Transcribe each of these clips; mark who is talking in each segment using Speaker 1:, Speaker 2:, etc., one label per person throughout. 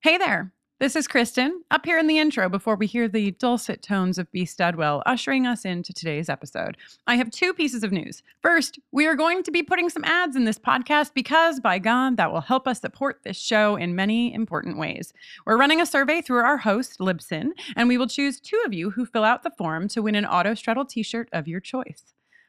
Speaker 1: Hey there. This is Kristen, up here in the intro before we hear the dulcet tones of B. Studwell ushering us into today's episode. I have two pieces of news. First, we are going to be putting some ads in this podcast because, by God, that will help us support this show in many important ways. We're running a survey through our host, Libsyn, and we will choose two of you who fill out the form to win an Auto Straddle t shirt of your choice.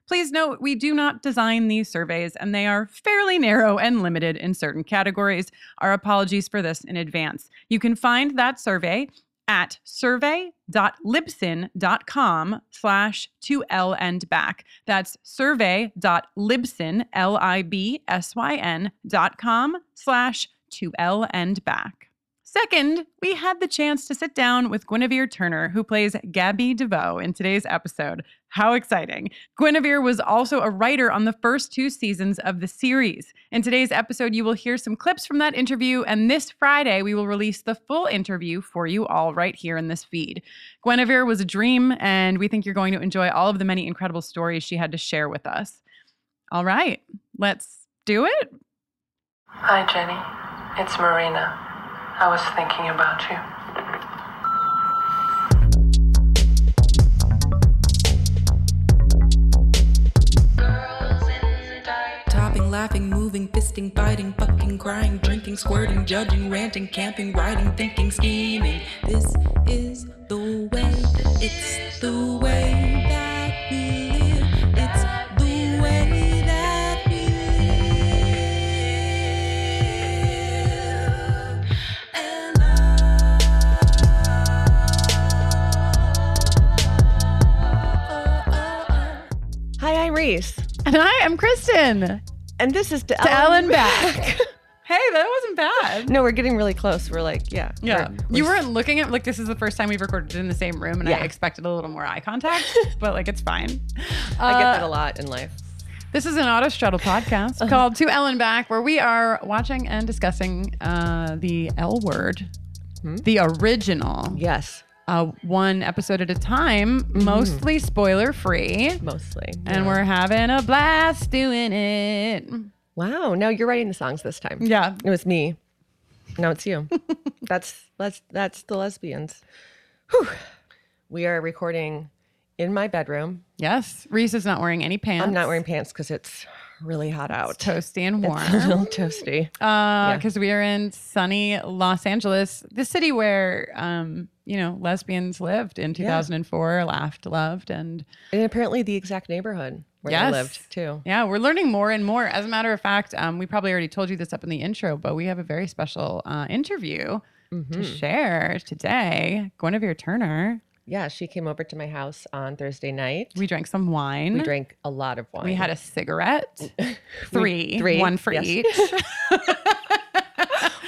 Speaker 1: Please note, we do not design these surveys, and they are fairly narrow and limited in certain categories. Our apologies for this in advance. You can find that survey at survey.libsyn.com slash 2L and back. That's survey.libsyn, L-I-B-S-Y-N dot com slash 2L and back. Second, we had the chance to sit down with Guinevere Turner, who plays Gabby DeVoe in today's episode. How exciting! Guinevere was also a writer on the first two seasons of the series. In today's episode, you will hear some clips from that interview, and this Friday, we will release the full interview for you all right here in this feed. Guinevere was a dream, and we think you're going to enjoy all of the many incredible stories she had to share with us. All right, let's do it.
Speaker 2: Hi, Jenny. It's Marina. I was thinking about you.
Speaker 3: Topping, laughing, moving, fisting, biting, fucking, crying, drinking, squirting, judging, ranting, camping, writing, thinking, scheming. This is the way. It's the way that we live. It's the way that we live. And I-
Speaker 4: Hi, I'm Reese,
Speaker 1: And I am Kristen.
Speaker 4: and this is to,
Speaker 1: To Ellen Back. Hey, that wasn't bad.
Speaker 4: no, we're getting really close. We're like, yeah,
Speaker 1: Yeah.
Speaker 4: we're-
Speaker 1: you
Speaker 4: we're-
Speaker 1: weren't looking at like this is the first time we've recorded in the same room and I
Speaker 4: Yeah.
Speaker 1: expected a little more eye contact, but like it's fine.
Speaker 4: I get
Speaker 1: Uh,
Speaker 4: that a lot in life.
Speaker 1: This is an auto straddle podcast
Speaker 4: Uh-huh.
Speaker 1: called To Ellen Back, where we are watching and discussing uh, the L word,
Speaker 4: Hmm?
Speaker 1: the original,
Speaker 4: Yes,
Speaker 1: uh, one episode at a time,
Speaker 4: Mm-hmm.
Speaker 1: mostly spoiler free.
Speaker 4: mostly.
Speaker 1: And we're having a blast doing it.
Speaker 4: Wow. No, you're writing the songs this time.
Speaker 1: Yeah.
Speaker 4: It was me. Now it's you. that's that's that's the lesbians. Whew. We are recording in my bedroom.
Speaker 1: Yes. Reese is not wearing any pants.
Speaker 4: I'm not wearing pants because it's really hot out.
Speaker 1: toasty and warm.
Speaker 4: It's a little toasty. Yeah.
Speaker 1: because we are in sunny Los Angeles, the city where um, you know lesbians lived in 2004, laughed, loved, and
Speaker 4: And apparently the exact neighborhood where I
Speaker 1: Yes.
Speaker 4: lived too.
Speaker 1: yeah, we're learning more and more. As a matter of fact, um, we probably already told you this up in the intro, but we have a very special uh, interview
Speaker 4: Mm-hmm. Hmm.
Speaker 1: to share today. Guinevere Turner.
Speaker 4: Yeah, she came over to my house on Thursday night.
Speaker 1: We drank some wine.
Speaker 4: Mm-hmm. We drank a lot of wine.
Speaker 1: We had a cigarette, three,
Speaker 4: three,
Speaker 1: one for
Speaker 4: yes.
Speaker 1: each.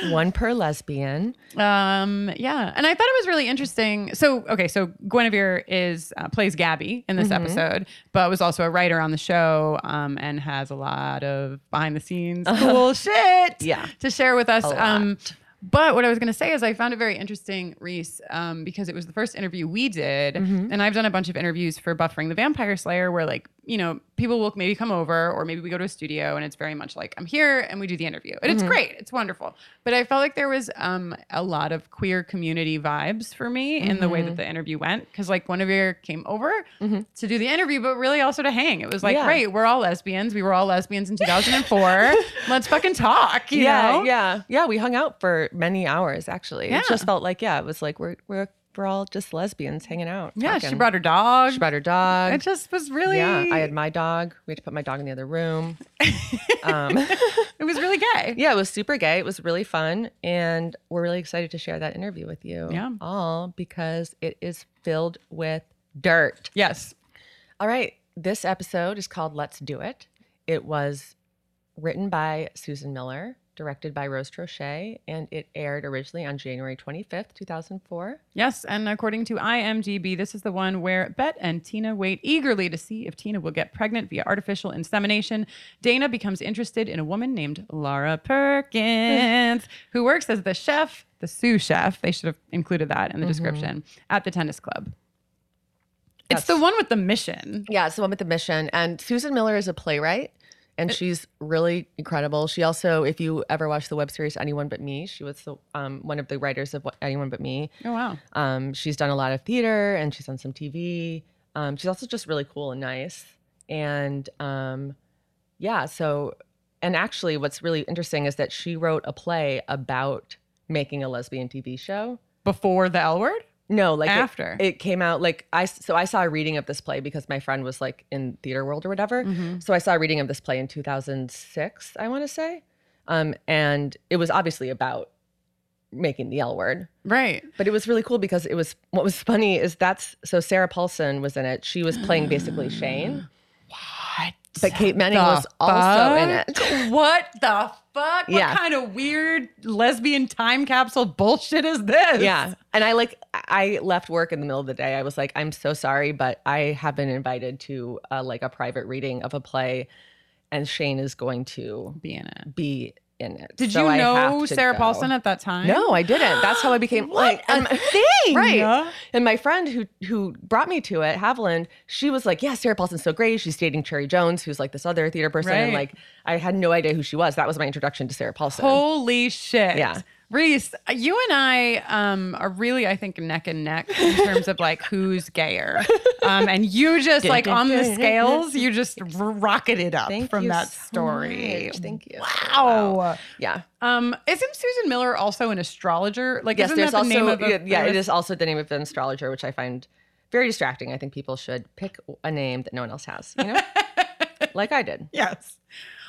Speaker 4: one per lesbian.
Speaker 1: Um, yeah, and I thought it was really interesting. So, okay, so Guinevere is uh, plays Gabby in this
Speaker 4: Mm-hmm.
Speaker 1: episode, but was also a writer on the show um, and has a lot of behind the scenes cool shit
Speaker 4: Yeah.
Speaker 1: to share with us.
Speaker 4: A lot.
Speaker 1: Um, but what I was going to say is I found it very interesting, Reese, um, because it was the first interview we did,
Speaker 4: Mm-hmm.
Speaker 1: and I've done a bunch of interviews for Buffering the Vampire Slayer, where like you know people will maybe come over, or maybe we go to a studio, and it's very much like I'm here and we do the interview, and
Speaker 4: Mm-hmm.
Speaker 1: it's great, it's wonderful. But I felt like there was um, a lot of queer community vibes for me in the
Speaker 4: Mm-hmm.
Speaker 1: way that the interview went, because like one of your came over to do the interview, but really also to hang. It was like,
Speaker 4: Yeah.
Speaker 1: great, we're all lesbians, we were all lesbians in 2004. Let's fucking talk, you
Speaker 4: yeah,
Speaker 1: know?
Speaker 4: yeah, yeah. We hung out for many hours. Actually,
Speaker 1: Yeah.
Speaker 4: it just felt like yeah, it was like we're we're we're all just lesbians hanging out.
Speaker 1: Yeah, she
Speaker 4: talking.
Speaker 1: brought her dog.
Speaker 4: she brought her dog.
Speaker 1: It just was really.
Speaker 4: yeah, I had my dog. We had to put my dog in the other room. um,
Speaker 1: It was really gay.
Speaker 4: yeah, it was super gay. It was really fun, and we're really excited to share that interview with you.
Speaker 1: Yeah.
Speaker 4: all because it is filled with dirt.
Speaker 1: Yes.
Speaker 4: All right. This episode is called Let's Do It. It was written by Susan Miller, directed by Rose Trochet, and it aired originally on January 25th, 2004.
Speaker 1: Yes. And according to IMDb, this is the one where Bet and Tina wait eagerly to see if Tina will get pregnant via artificial insemination. Dana becomes interested in a woman named Laura Perkins, who works as the chef, the sous chef. They should have included that in
Speaker 4: Mm-hmm.
Speaker 1: the description at the tennis club. It's the one with the mission.
Speaker 4: Yeah, it's the one with the mission. And Susan Miller is a playwright and she's really incredible. She also, if you ever watch the web series Anyone But Me, she was the, um, one of the writers of what, Anyone But Me.
Speaker 1: Oh wow.
Speaker 4: Um, she's done a lot of theater and she's done some TV. Um, she's also just really cool and nice. And um, yeah, so, and actually, what's really interesting is that she wrote a play about making a lesbian TV show.
Speaker 1: Before the L word?
Speaker 4: No, like it-
Speaker 1: After.
Speaker 4: it came out like I so I saw a reading of this play because my friend was like in theater world or whatever.
Speaker 1: Mhm.
Speaker 4: So I saw a reading of this play in 2006, I want to say. Um, and it was obviously about making the L word,
Speaker 1: Right.
Speaker 4: but it was really cool because it was what was funny is that's so Sarah Paulson was in it. She was playing basically Shane,
Speaker 1: What?
Speaker 4: but Kate Manning
Speaker 1: the
Speaker 4: was also in
Speaker 1: fuck?
Speaker 4: it.
Speaker 1: What the fuck?
Speaker 4: Yeah.
Speaker 1: What kind of weird lesbian time capsule bullshit is this?
Speaker 4: Yeah. And I like, I left work in the middle of the day. I was like, I'm so sorry, but I have been invited to uh, like a private reading of a play and Shane is going to
Speaker 1: Be in it.
Speaker 4: be in it.
Speaker 1: Did
Speaker 4: So
Speaker 1: you
Speaker 4: I have
Speaker 1: know
Speaker 4: to
Speaker 1: Sarah
Speaker 4: go.
Speaker 1: Paulson at that time?
Speaker 4: No, I didn't. That's how I became like and my-
Speaker 1: thing.
Speaker 4: Right. And my friend who who brought me to it, Haviland, she was like, "Yeah, Sarah Paulson's so great. She's dating Cherry Jones, who's like this other theater person." And
Speaker 1: Right.
Speaker 4: like, I had no idea who she was. That was my introduction to Sarah Paulson.
Speaker 1: Holy shit.
Speaker 4: Yeah.
Speaker 1: Reese, you and I um, are really, I think, neck and neck in terms of like who's gayer. Um, and you just like on the scales, you just r- rocketed up
Speaker 4: Thank
Speaker 1: from
Speaker 4: you
Speaker 1: that
Speaker 4: so
Speaker 1: story.
Speaker 4: much. Thank you.
Speaker 1: Wow.
Speaker 4: yeah.
Speaker 1: Um, isn't Susan Miller also an astrologer? Like,
Speaker 4: Yes,
Speaker 1: isn't
Speaker 4: there's
Speaker 1: that the
Speaker 4: also
Speaker 1: name of a,
Speaker 4: yeah, yeah, it
Speaker 1: famous-
Speaker 4: is also the name of an astrologer, which I find very distracting. I think people should pick a name that no one else has, you know, like I did.
Speaker 1: Yes.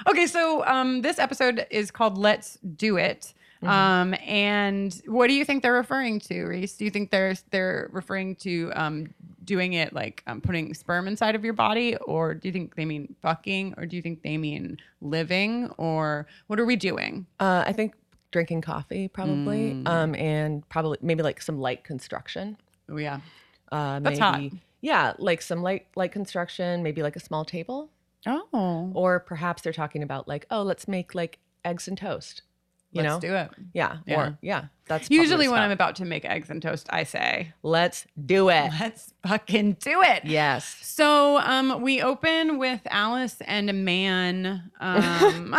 Speaker 1: Okay, so um, this episode is called "Let's Do It."
Speaker 4: Mm-hmm.
Speaker 1: Um, and what do you think they're referring to, Reese? Do you think they're they're referring to um, doing it like um, putting sperm inside of your body, or do you think they mean fucking, or do you think they mean living, or what are we doing?
Speaker 4: Uh, I think drinking coffee probably,
Speaker 1: Mm.
Speaker 4: um, and probably maybe like some light construction.
Speaker 1: Oh yeah,
Speaker 4: Uh,
Speaker 1: That's
Speaker 4: maybe,
Speaker 1: hot.
Speaker 4: Yeah, like some light light construction, maybe like a small table,
Speaker 1: oh,
Speaker 4: or perhaps they're talking about like, oh, let's make like eggs and toast. You
Speaker 1: let's
Speaker 4: know?
Speaker 1: do it.
Speaker 4: Yeah.
Speaker 1: Yeah.
Speaker 4: Or yeah, that's probably
Speaker 1: Usually,
Speaker 4: the
Speaker 1: when
Speaker 4: spot.
Speaker 1: I'm about to make eggs and toast, I say,
Speaker 4: let's do it.
Speaker 1: "Let's fucking do it."
Speaker 4: Yes.
Speaker 1: So um, we open with Alice and a man. Um,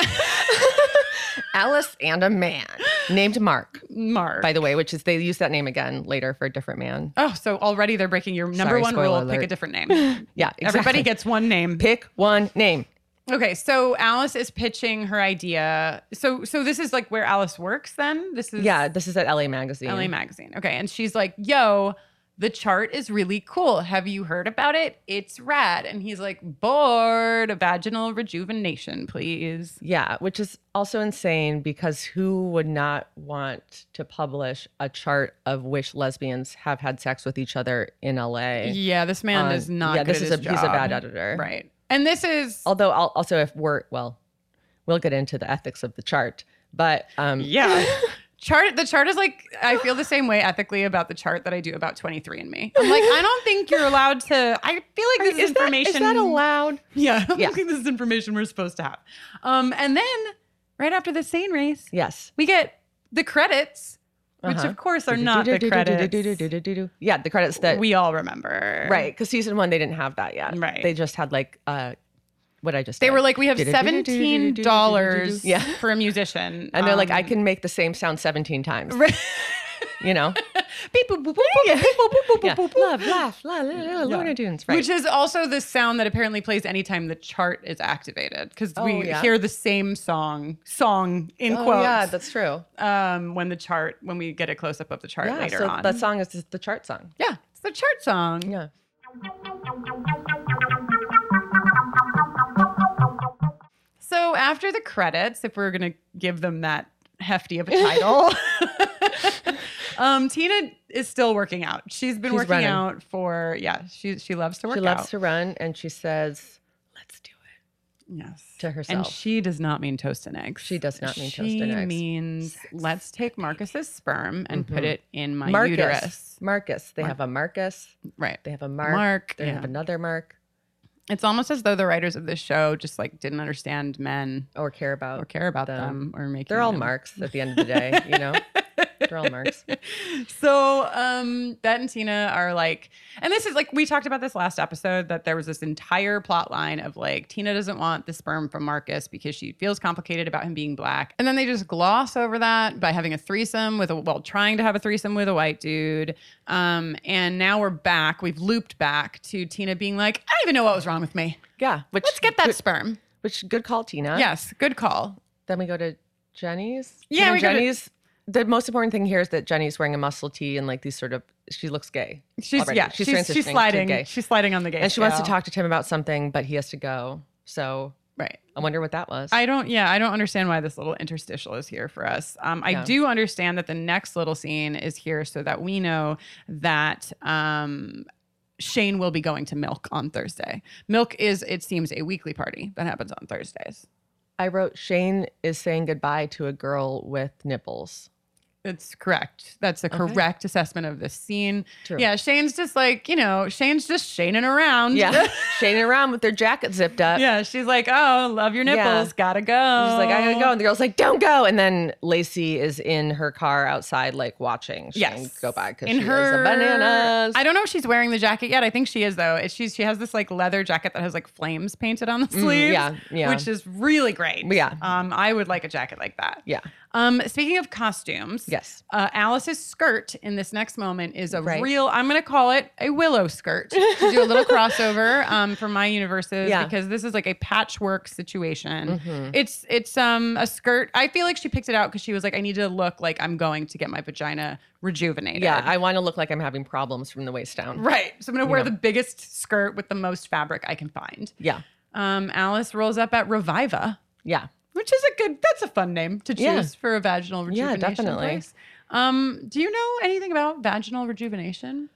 Speaker 4: Alice and a man named Mark,
Speaker 1: Mark.
Speaker 4: by the way, which is they use that name again later for a different man.
Speaker 1: oh, so already they're breaking your number
Speaker 4: Sorry,
Speaker 1: one
Speaker 4: spoiler
Speaker 1: rule:
Speaker 4: alert.
Speaker 1: pick a different name.
Speaker 4: Yeah. Exactly.
Speaker 1: Everybody gets one name.
Speaker 4: pick one name.
Speaker 1: Okay, so Alice is pitching her idea. So, so this is like where Alice works. Then this is
Speaker 4: Yeah, this is at LA Magazine.
Speaker 1: LA Magazine. Okay, and she's like, "Yo, the chart is really cool. Have you heard about it? It's rad." And he's like, "Bored, a vaginal rejuvenation, please."
Speaker 4: Yeah, which is also insane because who would not want to publish a chart of which lesbians have had sex with each other in LA?
Speaker 1: Yeah, this man
Speaker 4: on-
Speaker 1: is not.
Speaker 4: Um, Yeah,
Speaker 1: good
Speaker 4: this
Speaker 1: at
Speaker 4: is
Speaker 1: his
Speaker 4: a he's a
Speaker 1: job.
Speaker 4: bad editor,
Speaker 1: Right. And this is
Speaker 4: Although I'll, also if we're well, we'll get into the ethics of the chart, but um,
Speaker 1: yeah. chart the chart is like I feel the same way ethically about the chart that I do about 23andMe. I'm like, I don't think you're allowed to I feel like this
Speaker 4: is that,
Speaker 1: information
Speaker 4: is that allowed?
Speaker 1: Yeah, I don't
Speaker 4: Yeah.
Speaker 1: think this is information we're supposed to have. Um and then right after the sane race,
Speaker 4: Yes,
Speaker 1: we get the credits, which
Speaker 4: Uh-huh.
Speaker 1: of course are not the credits
Speaker 4: Yeah, the credits that
Speaker 1: we all remember.
Speaker 4: right because season one they didn't have that yet.
Speaker 1: Right.
Speaker 4: they just had like uh, what I just
Speaker 1: They
Speaker 4: did.
Speaker 1: were like, we have seventeen dollars
Speaker 4: $17
Speaker 1: for a musician,
Speaker 4: and they're like, I
Speaker 1: Um,
Speaker 4: can make the same sound seventeen times.
Speaker 1: Right.
Speaker 4: you know.
Speaker 1: Beep, boop, boop, boop, boop, boop, boop, boop, boop,
Speaker 4: Yeah.
Speaker 1: boop, boop.
Speaker 4: Love, laugh, la, la, la, la, Lorna Dunes, right?
Speaker 1: Which is also the sound that apparently plays anytime the chart is activated because
Speaker 4: Oh,
Speaker 1: we
Speaker 4: yeah.
Speaker 1: hear the same song, song in
Speaker 4: oh,
Speaker 1: quotes,
Speaker 4: yeah, that's true.
Speaker 1: um, when the chart, when we get a close up of the chart
Speaker 4: Yeah,
Speaker 1: later
Speaker 4: so
Speaker 1: on.
Speaker 4: that song is just the chart song.
Speaker 1: yeah, it's the chart song.
Speaker 4: Yeah.
Speaker 1: So after the credits, if we're going to give them that hefty of a title, um, Tina is still working out. She's been
Speaker 4: She's
Speaker 1: working
Speaker 4: running.
Speaker 1: out for, yeah, she, she loves to work
Speaker 4: She loves
Speaker 1: out.
Speaker 4: to run and she says, Let's do it.
Speaker 1: Yes.
Speaker 4: to
Speaker 1: And
Speaker 4: herself.
Speaker 1: she does not mean toast and eggs.
Speaker 4: She does not mean toast
Speaker 1: She
Speaker 4: and eggs.
Speaker 1: means let's take Marcus's sperm and put
Speaker 4: Mhm.
Speaker 1: it in my
Speaker 4: Marcus.
Speaker 1: uterus.
Speaker 4: Marcus. They
Speaker 1: Mar-
Speaker 4: have a Marcus.
Speaker 1: Right.
Speaker 4: They have a Mark.
Speaker 1: Mark,
Speaker 4: They
Speaker 1: yeah.
Speaker 4: have another Mark
Speaker 1: It's almost as though the writers of this show just like didn't understand men
Speaker 4: or care about.
Speaker 1: or care about
Speaker 4: Them.
Speaker 1: them, or make
Speaker 4: They're all Marks at the end of the day, you know? They're all marks.
Speaker 1: so um Bet and Tina are like, and this is like we talked about this last episode that there was this entire plot line of like Tina doesn't want the sperm from Marcus because she feels complicated about him being black. And then they just gloss over that by having a threesome with a well, trying to have a threesome with a white dude. Um, and now we're back. We've looped back to Tina being like, I don't even know what was wrong with me.
Speaker 4: Yeah. Which,
Speaker 1: Let's get that
Speaker 4: Which,
Speaker 1: sperm.
Speaker 4: which good call, Tina.
Speaker 1: Yes, good call.
Speaker 4: Then we go to Jenny's.
Speaker 1: Yeah,
Speaker 4: Tina
Speaker 1: we go to-
Speaker 4: Jenny's. the most important thing here is that Jenny's wearing a muscle tee and like these sort of. She looks gay,
Speaker 1: She's
Speaker 4: Already.
Speaker 1: yeah, she's
Speaker 4: She's
Speaker 1: she's,
Speaker 4: transitioning to
Speaker 1: sliding.
Speaker 4: gay.
Speaker 1: She's sliding on the gay.
Speaker 4: and she wants to
Speaker 1: scale.
Speaker 4: talk to Tim about something, but he has to go. So
Speaker 1: Right.
Speaker 4: I wonder what that was.
Speaker 1: I don't. Yeah, I don't understand why this little interstitial is here for us. Um, I
Speaker 4: Yeah.
Speaker 1: do understand that the next little scene is here so that we know that um, Shane will be going to Milk on Thursday. Milk is, it seems, a weekly party that happens on Thursdays.
Speaker 4: I wrote Shane is saying goodbye to a girl with nipples.
Speaker 1: That's correct. That's a
Speaker 4: Okay.
Speaker 1: correct assessment of this scene.
Speaker 4: True.
Speaker 1: Yeah, Shane's just like you know, Shane's just Shaneing around.
Speaker 4: Yeah. Shane around with their jacket zipped up.
Speaker 1: yeah. She's like, oh, love your
Speaker 4: Yeah.
Speaker 1: nipples. Gotta go.
Speaker 4: She's like, I gotta go. And the girl's like, don't go. And then Lacey is in her car outside, like watching Shane
Speaker 1: Yes.
Speaker 4: go by because
Speaker 1: In
Speaker 4: she is a bananas.
Speaker 1: I don't know if she's wearing the jacket yet. I think she is though. It, she's she has this like leather jacket that has like flames painted on the sleeves.
Speaker 4: Mm, yeah, yeah.
Speaker 1: Which is really great.
Speaker 4: Yeah.
Speaker 1: Um, I would like a jacket like that.
Speaker 4: yeah.
Speaker 1: Um, speaking of costumes,
Speaker 4: Yes.
Speaker 1: Uh, Alice's skirt in this next moment is a
Speaker 4: Right.
Speaker 1: real, I'm going to call it a willow skirt to do a little crossover um, for my universes
Speaker 4: Yeah. Mm-hmm.
Speaker 1: because this is like a patchwork situation. It's it's um a skirt. I feel like she picked it out because she was like, I need to look like I'm going to get my vagina rejuvenated.
Speaker 4: Yeah. I want to look like I'm having problems from the waist down.
Speaker 1: right. So I'm going to wear
Speaker 4: Yeah.
Speaker 1: the biggest skirt with the most fabric I can find.
Speaker 4: Yeah.
Speaker 1: Um, Alice rolls up at Reviva
Speaker 4: Yeah.
Speaker 1: which is a good that's a fun name to choose
Speaker 4: Yeah.
Speaker 1: for a vaginal
Speaker 4: Yeah,
Speaker 1: rejuvenation
Speaker 4: definitely.
Speaker 1: place. Um, do you know anything about vaginal rejuvenation?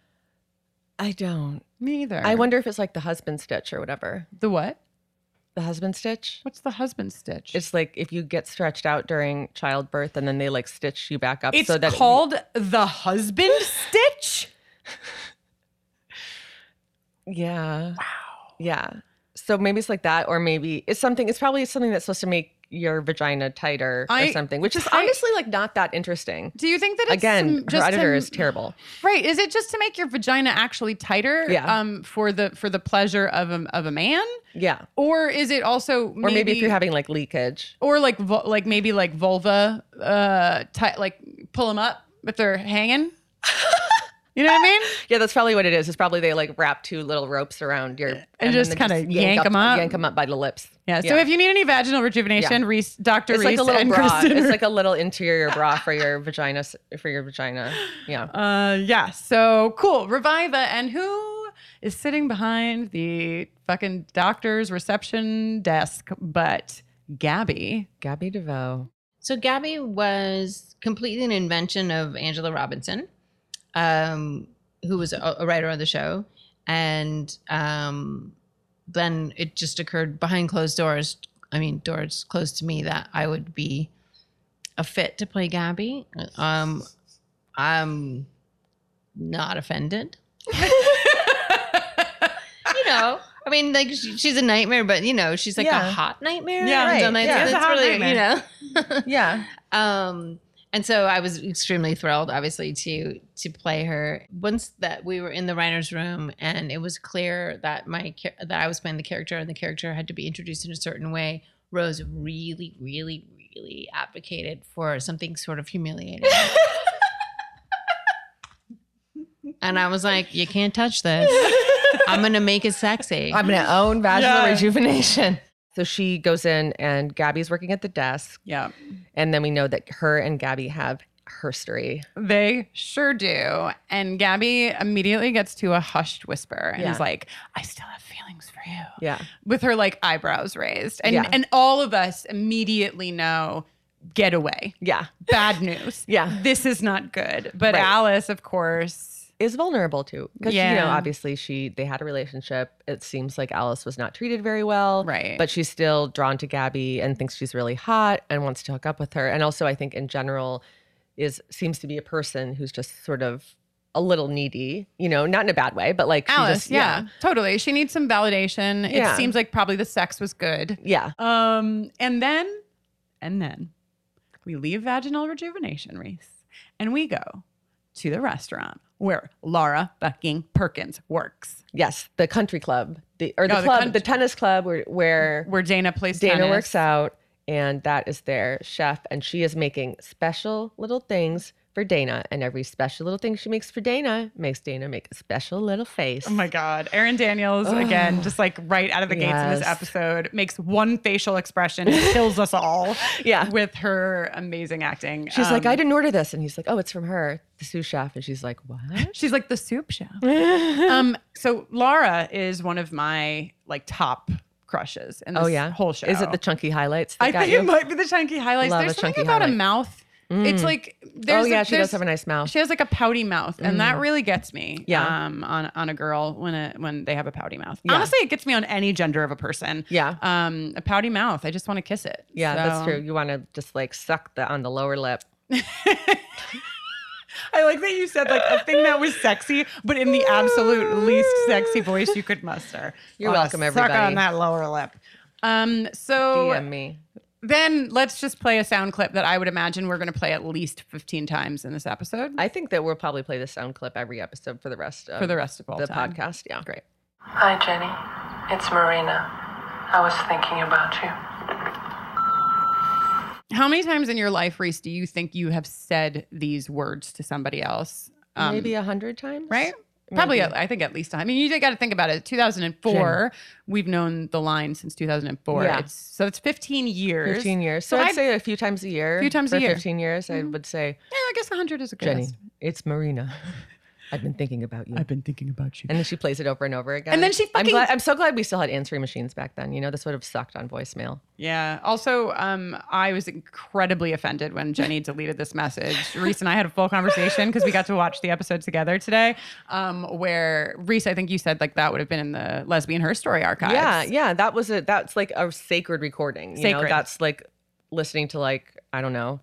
Speaker 4: I don't.
Speaker 1: Me either.
Speaker 4: I wonder if it's like the husband stitch or whatever.
Speaker 1: the what?
Speaker 4: The husband stitch?
Speaker 1: What's the husband stitch?
Speaker 4: It's like if you get stretched out during childbirth and then they like stitch you back up
Speaker 1: It's
Speaker 4: so that
Speaker 1: called the husband stitch.
Speaker 4: Yeah. Wow. Yeah. So maybe it's like that, or maybe it's something. It's probably something that's supposed to make your vagina tighter
Speaker 1: I-
Speaker 4: or something, which is
Speaker 1: I-
Speaker 4: honestly like not that interesting.
Speaker 1: Do you think that it's
Speaker 4: Again,
Speaker 1: some-
Speaker 4: her
Speaker 1: just
Speaker 4: editor
Speaker 1: to-
Speaker 4: is terrible.
Speaker 1: right? Is it just to make your vagina actually tighter?
Speaker 4: Yeah.
Speaker 1: Um, for the for the pleasure of a, of a man,
Speaker 4: Yeah.
Speaker 1: or is it also maybe,
Speaker 4: Or maybe if you're having like leakage.
Speaker 1: or like vul- like maybe like vulva uh tight like pull them up if they're hanging you know what i mean
Speaker 4: Yeah, that's probably what it is. It's probably they like wrap two little ropes around your and,
Speaker 1: just
Speaker 4: then
Speaker 1: kinda
Speaker 4: they
Speaker 1: yank 'em up.
Speaker 4: yank them up by the lips.
Speaker 1: yeah so if you need any vaginal rejuvenation
Speaker 4: Yeah.
Speaker 1: reese dr
Speaker 4: it's
Speaker 1: reese
Speaker 4: like a little
Speaker 1: and
Speaker 4: bra.
Speaker 1: Kristen
Speaker 4: It's like a little interior bra for your vagina. s- For your vagina. Yeah.
Speaker 1: uh yeah so cool reviva and who is sitting behind the fucking doctor's reception desk but gabby
Speaker 4: Gabby DeVoe.
Speaker 5: So Gabby was completely an invention of Angela Robinson, um, who was a, a writer on the show, and um, then it just occurred behind closed doors. I mean, doors closed to me that I would be a fit to play Gabby. Um, I'm not offended. you know, I mean, like she, she's a nightmare, but you know, she's like
Speaker 4: Yeah.
Speaker 5: a hot nightmare.
Speaker 1: Yeah,
Speaker 5: And so
Speaker 4: right.
Speaker 5: it's-
Speaker 4: Yeah.
Speaker 1: She's a
Speaker 5: it's
Speaker 1: hot
Speaker 5: really,
Speaker 1: nightmare.
Speaker 5: you know.
Speaker 4: Yeah.
Speaker 5: Um, and so I was extremely thrilled, obviously, to to play her. Once that we were in the writers' room, and it was clear that my cha- that I was playing the character, and the character had to be introduced in a certain way. Rose really, really, really advocated for something sort of humiliating. And I was like, you can't touch this. I'm going to make it sexy.
Speaker 4: I'm gonna own vaginal
Speaker 1: Yeah.
Speaker 4: rejuvenation. So she goes in and Gabby's working at the desk,
Speaker 1: yeah
Speaker 4: and then we know that her and Gabby have herstory.
Speaker 1: They sure do. And Gabby immediately gets to a hushed whisper and is
Speaker 4: Yeah.
Speaker 1: like, I still have feelings for you.
Speaker 4: Yeah.
Speaker 1: With her like eyebrows raised. And
Speaker 4: Yeah.
Speaker 1: and all of us immediately know get away.
Speaker 4: Yeah.
Speaker 1: Bad news.
Speaker 4: Yeah.
Speaker 1: This is not good. But
Speaker 4: Right.
Speaker 1: Alice, of course.
Speaker 4: Is vulnerable too. Because you know,
Speaker 1: Yeah.
Speaker 4: obviously she they had a relationship. It seems like Alice was not treated very well.
Speaker 1: Right.
Speaker 4: But she's still drawn to Gabby and thinks she's really hot and wants to hook up with her. And also I think in general is seems to be a person who's just sort of a little needy, you know, not in a bad way, but like she
Speaker 1: Alice,
Speaker 4: just-
Speaker 1: yeah, Totally. She needs some validation. It
Speaker 4: Yeah.
Speaker 1: seems like probably the sex was good.
Speaker 4: Yeah.
Speaker 1: Um, and then, and then we leave vaginal rejuvenation, Reese. and we go to the restaurant where Laura fucking Perkins works,
Speaker 4: Yes, the country club, the or the
Speaker 1: No, Oh, the
Speaker 4: club,
Speaker 1: coun-
Speaker 4: the tennis club where where
Speaker 1: where Dana plays
Speaker 4: Dana
Speaker 1: tennis.
Speaker 4: works out, and that is their chef, and she is making special little things for Dana, and every special little thing she makes for Dana makes Dana make a special little face.
Speaker 1: Oh my God. Aaron Daniels, again, just like right out of the gates in this
Speaker 4: Yes.
Speaker 1: episode, makes one facial expression, and kills us all
Speaker 4: Yeah.
Speaker 1: with her amazing acting.
Speaker 4: She's like,
Speaker 1: Um,
Speaker 4: I didn't order this, and he's like, Oh, it's from her, the sous chef, and she's like, What?
Speaker 1: She's like the soup chef. um, so Laura is one of my like top crushes in this
Speaker 4: Oh yeah,
Speaker 1: whole show.
Speaker 4: Is it the chunky highlights? That
Speaker 1: I
Speaker 4: got
Speaker 1: think
Speaker 4: you?
Speaker 1: it might be the chunky highlights.
Speaker 4: Love
Speaker 1: There's
Speaker 4: a
Speaker 1: something
Speaker 4: chunky
Speaker 1: about a
Speaker 4: highlight.
Speaker 1: mouth. It's
Speaker 4: Mm.
Speaker 1: like there's
Speaker 4: oh yeah,
Speaker 1: a,
Speaker 4: she
Speaker 1: there's-
Speaker 4: does have a nice mouth.
Speaker 1: She has like a pouty mouth, and that
Speaker 4: Mm.
Speaker 1: really gets me.
Speaker 4: Yeah.
Speaker 1: Um, on on a girl when a when they have a pouty mouth.
Speaker 4: Yeah.
Speaker 1: Honestly, it gets me on any gender of a person.
Speaker 4: yeah,
Speaker 1: Um, a pouty mouth. I just want to kiss it.
Speaker 4: yeah, that's
Speaker 1: So-
Speaker 4: true. You want to just like suck the on the lower lip.
Speaker 1: I like that you said like a thing that was sexy, but in the absolute least sexy voice you could muster.
Speaker 4: You're
Speaker 1: Wanna
Speaker 4: welcome,
Speaker 1: Suck on
Speaker 4: everybody.
Speaker 1: that lower lip. Um, so
Speaker 4: DM me.
Speaker 1: then let's just play a sound clip that I would imagine we're going to play at least 15 times in this episode
Speaker 4: I think that we'll probably play the sound clip every episode for the rest of
Speaker 1: for the rest of all
Speaker 4: the
Speaker 1: time.
Speaker 4: podcast. Yeah, great.
Speaker 2: Hi, Jenny. It's Marina. I was thinking about you.
Speaker 1: How many times in your life, Reese, do you think you have said these words to somebody else? Um,
Speaker 4: Maybe a hundred times,
Speaker 1: right? Probably,
Speaker 4: Maybe.
Speaker 1: I think at least. I mean, you got to think about it. 2004, we've known the line since 2004.
Speaker 4: Yeah.
Speaker 1: It's, so it's 15 years.
Speaker 4: Fifteen years. So,
Speaker 1: So
Speaker 4: I'd,
Speaker 1: I'd-
Speaker 4: say a few times a year.
Speaker 1: A few times a
Speaker 4: for
Speaker 1: year.
Speaker 4: Fifteen years. I
Speaker 1: Mhm.
Speaker 4: would say,
Speaker 1: Yeah, I guess 100 is a good
Speaker 4: Jenny,
Speaker 1: estimate.
Speaker 4: it's Marina. I've been thinking about you.
Speaker 1: been thinking about you.
Speaker 4: and then she plays it over and over again.
Speaker 1: And then she fucking-
Speaker 4: I'm, glad, I'm so glad we still had answering machines back then. You know, this would have sucked on voicemail.
Speaker 1: Yeah. Also, um, I was incredibly offended when Jenny deleted this message. Reese and I had a full conversation because we got to watch the episode together today. Um, where Reese, I think you said like that would have been in the lesbian her story archives.
Speaker 4: Yeah, yeah, that was a that's like a sacred recording. You know,
Speaker 1: Sacred.
Speaker 4: that's like listening to like I don't know.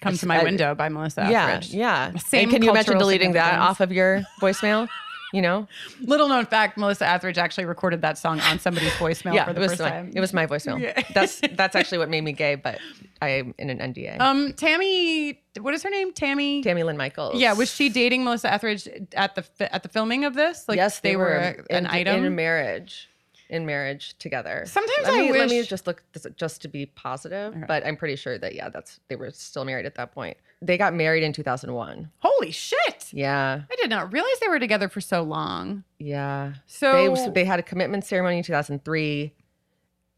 Speaker 1: Come to my
Speaker 4: I-
Speaker 1: window by Melissa.
Speaker 4: yeah,
Speaker 1: Etheridge.
Speaker 4: yeah.
Speaker 1: Same
Speaker 4: and can you imagine
Speaker 1: cultural
Speaker 4: deleting that
Speaker 1: significance.
Speaker 4: off of your voicemail? you know,
Speaker 1: Little known fact: Melissa Etheridge actually recorded that song on somebody's voicemail
Speaker 4: yeah,
Speaker 1: for the
Speaker 4: it was
Speaker 1: first
Speaker 4: my,
Speaker 1: time.
Speaker 4: it was my voicemail.
Speaker 1: Yeah.
Speaker 4: That's that's actually what made me gay, but I'm in an NDA.
Speaker 1: um, Tammy. What is her name? Tammy.
Speaker 4: Tammy Lynn Michaels.
Speaker 1: Yeah, was she dating Melissa Etheridge at the fi- at the filming of this? Like,
Speaker 4: yes, they, were,
Speaker 1: an
Speaker 4: in,
Speaker 1: item.
Speaker 4: in marriage, in marriage together.
Speaker 1: Sometimes
Speaker 4: let
Speaker 1: I
Speaker 4: me, Let me
Speaker 1: wish-
Speaker 4: just look this- just to be positive,
Speaker 1: All right.
Speaker 4: but I'm pretty sure that yeah, that's they were still married at that point. They got married in 2001.
Speaker 1: Holy shit!
Speaker 4: Yeah,
Speaker 1: I did not realize they were together for so long.
Speaker 4: yeah.
Speaker 1: So
Speaker 4: they they had a commitment ceremony in 2003,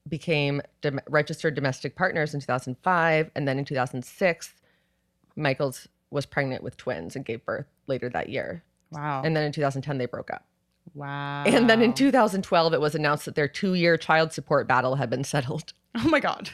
Speaker 4: became dom- registered domestic partners in 2005, and then in 2006, Michaels was pregnant with twins and gave birth later that year.
Speaker 1: wow,
Speaker 4: And then in 2010 they broke up.
Speaker 1: wow,
Speaker 4: And then in 2012 it was announced that their 2-year child support battle had been settled.
Speaker 1: Oh my god,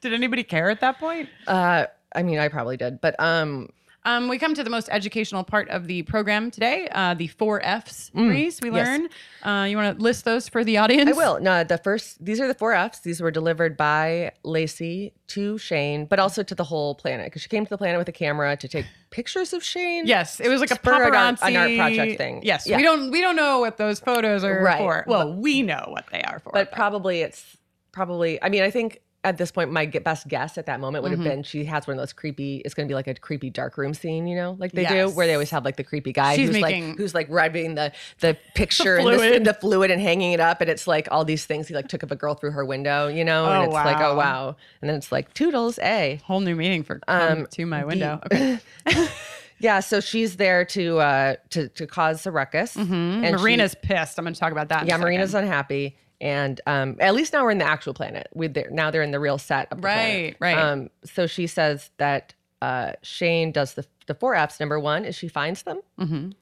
Speaker 1: did anybody care at that point?
Speaker 4: Uh I mean, I probably did, but um,
Speaker 1: Um, we come to the most educational part of the program today. Uh, the four Fs,
Speaker 4: Mm,
Speaker 1: Reese. We
Speaker 4: yes.
Speaker 1: learn. Uh, you want to list those for the audience?
Speaker 4: I will. No, the first, these are the four Fs. These were delivered by Lacey to Shane, but also to the whole planet because she came to the planet with a camera to take pictures of Shane.
Speaker 1: Yes, it was like a
Speaker 4: Spur an art-
Speaker 1: paparazzi,
Speaker 4: an art project thing.
Speaker 1: Yes,
Speaker 4: Yeah.
Speaker 1: we don't we don't know what those photos are
Speaker 4: Right,
Speaker 1: for. Well, we know what they are for.
Speaker 4: But probably it's probably, I mean, I think at this point, my ge- best guess at that moment would
Speaker 1: Mhm.
Speaker 4: have been she has one of those creepy, it's going to be like a creepy dark room scene, you know, like they
Speaker 1: Yes.
Speaker 4: do, where they always have like the creepy guy
Speaker 1: She's
Speaker 4: who's
Speaker 1: making-
Speaker 4: like, who's like rubbing the, the picture and this-
Speaker 1: fluid.
Speaker 4: the fluid and hanging it up. And it's like all these things he like took of a girl through her window, you know,
Speaker 1: Oh,
Speaker 4: and it's like,
Speaker 1: wow.
Speaker 4: oh, wow. And then it's like, toodles, eh. A.
Speaker 1: whole new meaning for come
Speaker 4: Um,
Speaker 1: to my
Speaker 4: the-
Speaker 1: window. Okay.
Speaker 4: yeah, so she's there to uh to to cause a ruckus.
Speaker 1: Mhm.
Speaker 4: And she-
Speaker 1: Marina's pissed. I'm going to talk about that. in a
Speaker 4: yeah,
Speaker 1: second.
Speaker 4: Marina's unhappy, and um at least now we're in the actual planet. We they're, now they're in the real set. Of the planet.
Speaker 1: Right, right.
Speaker 4: Um, so she says that uh Shane does the the four Fs. Number one is she finds them.
Speaker 1: Mhm.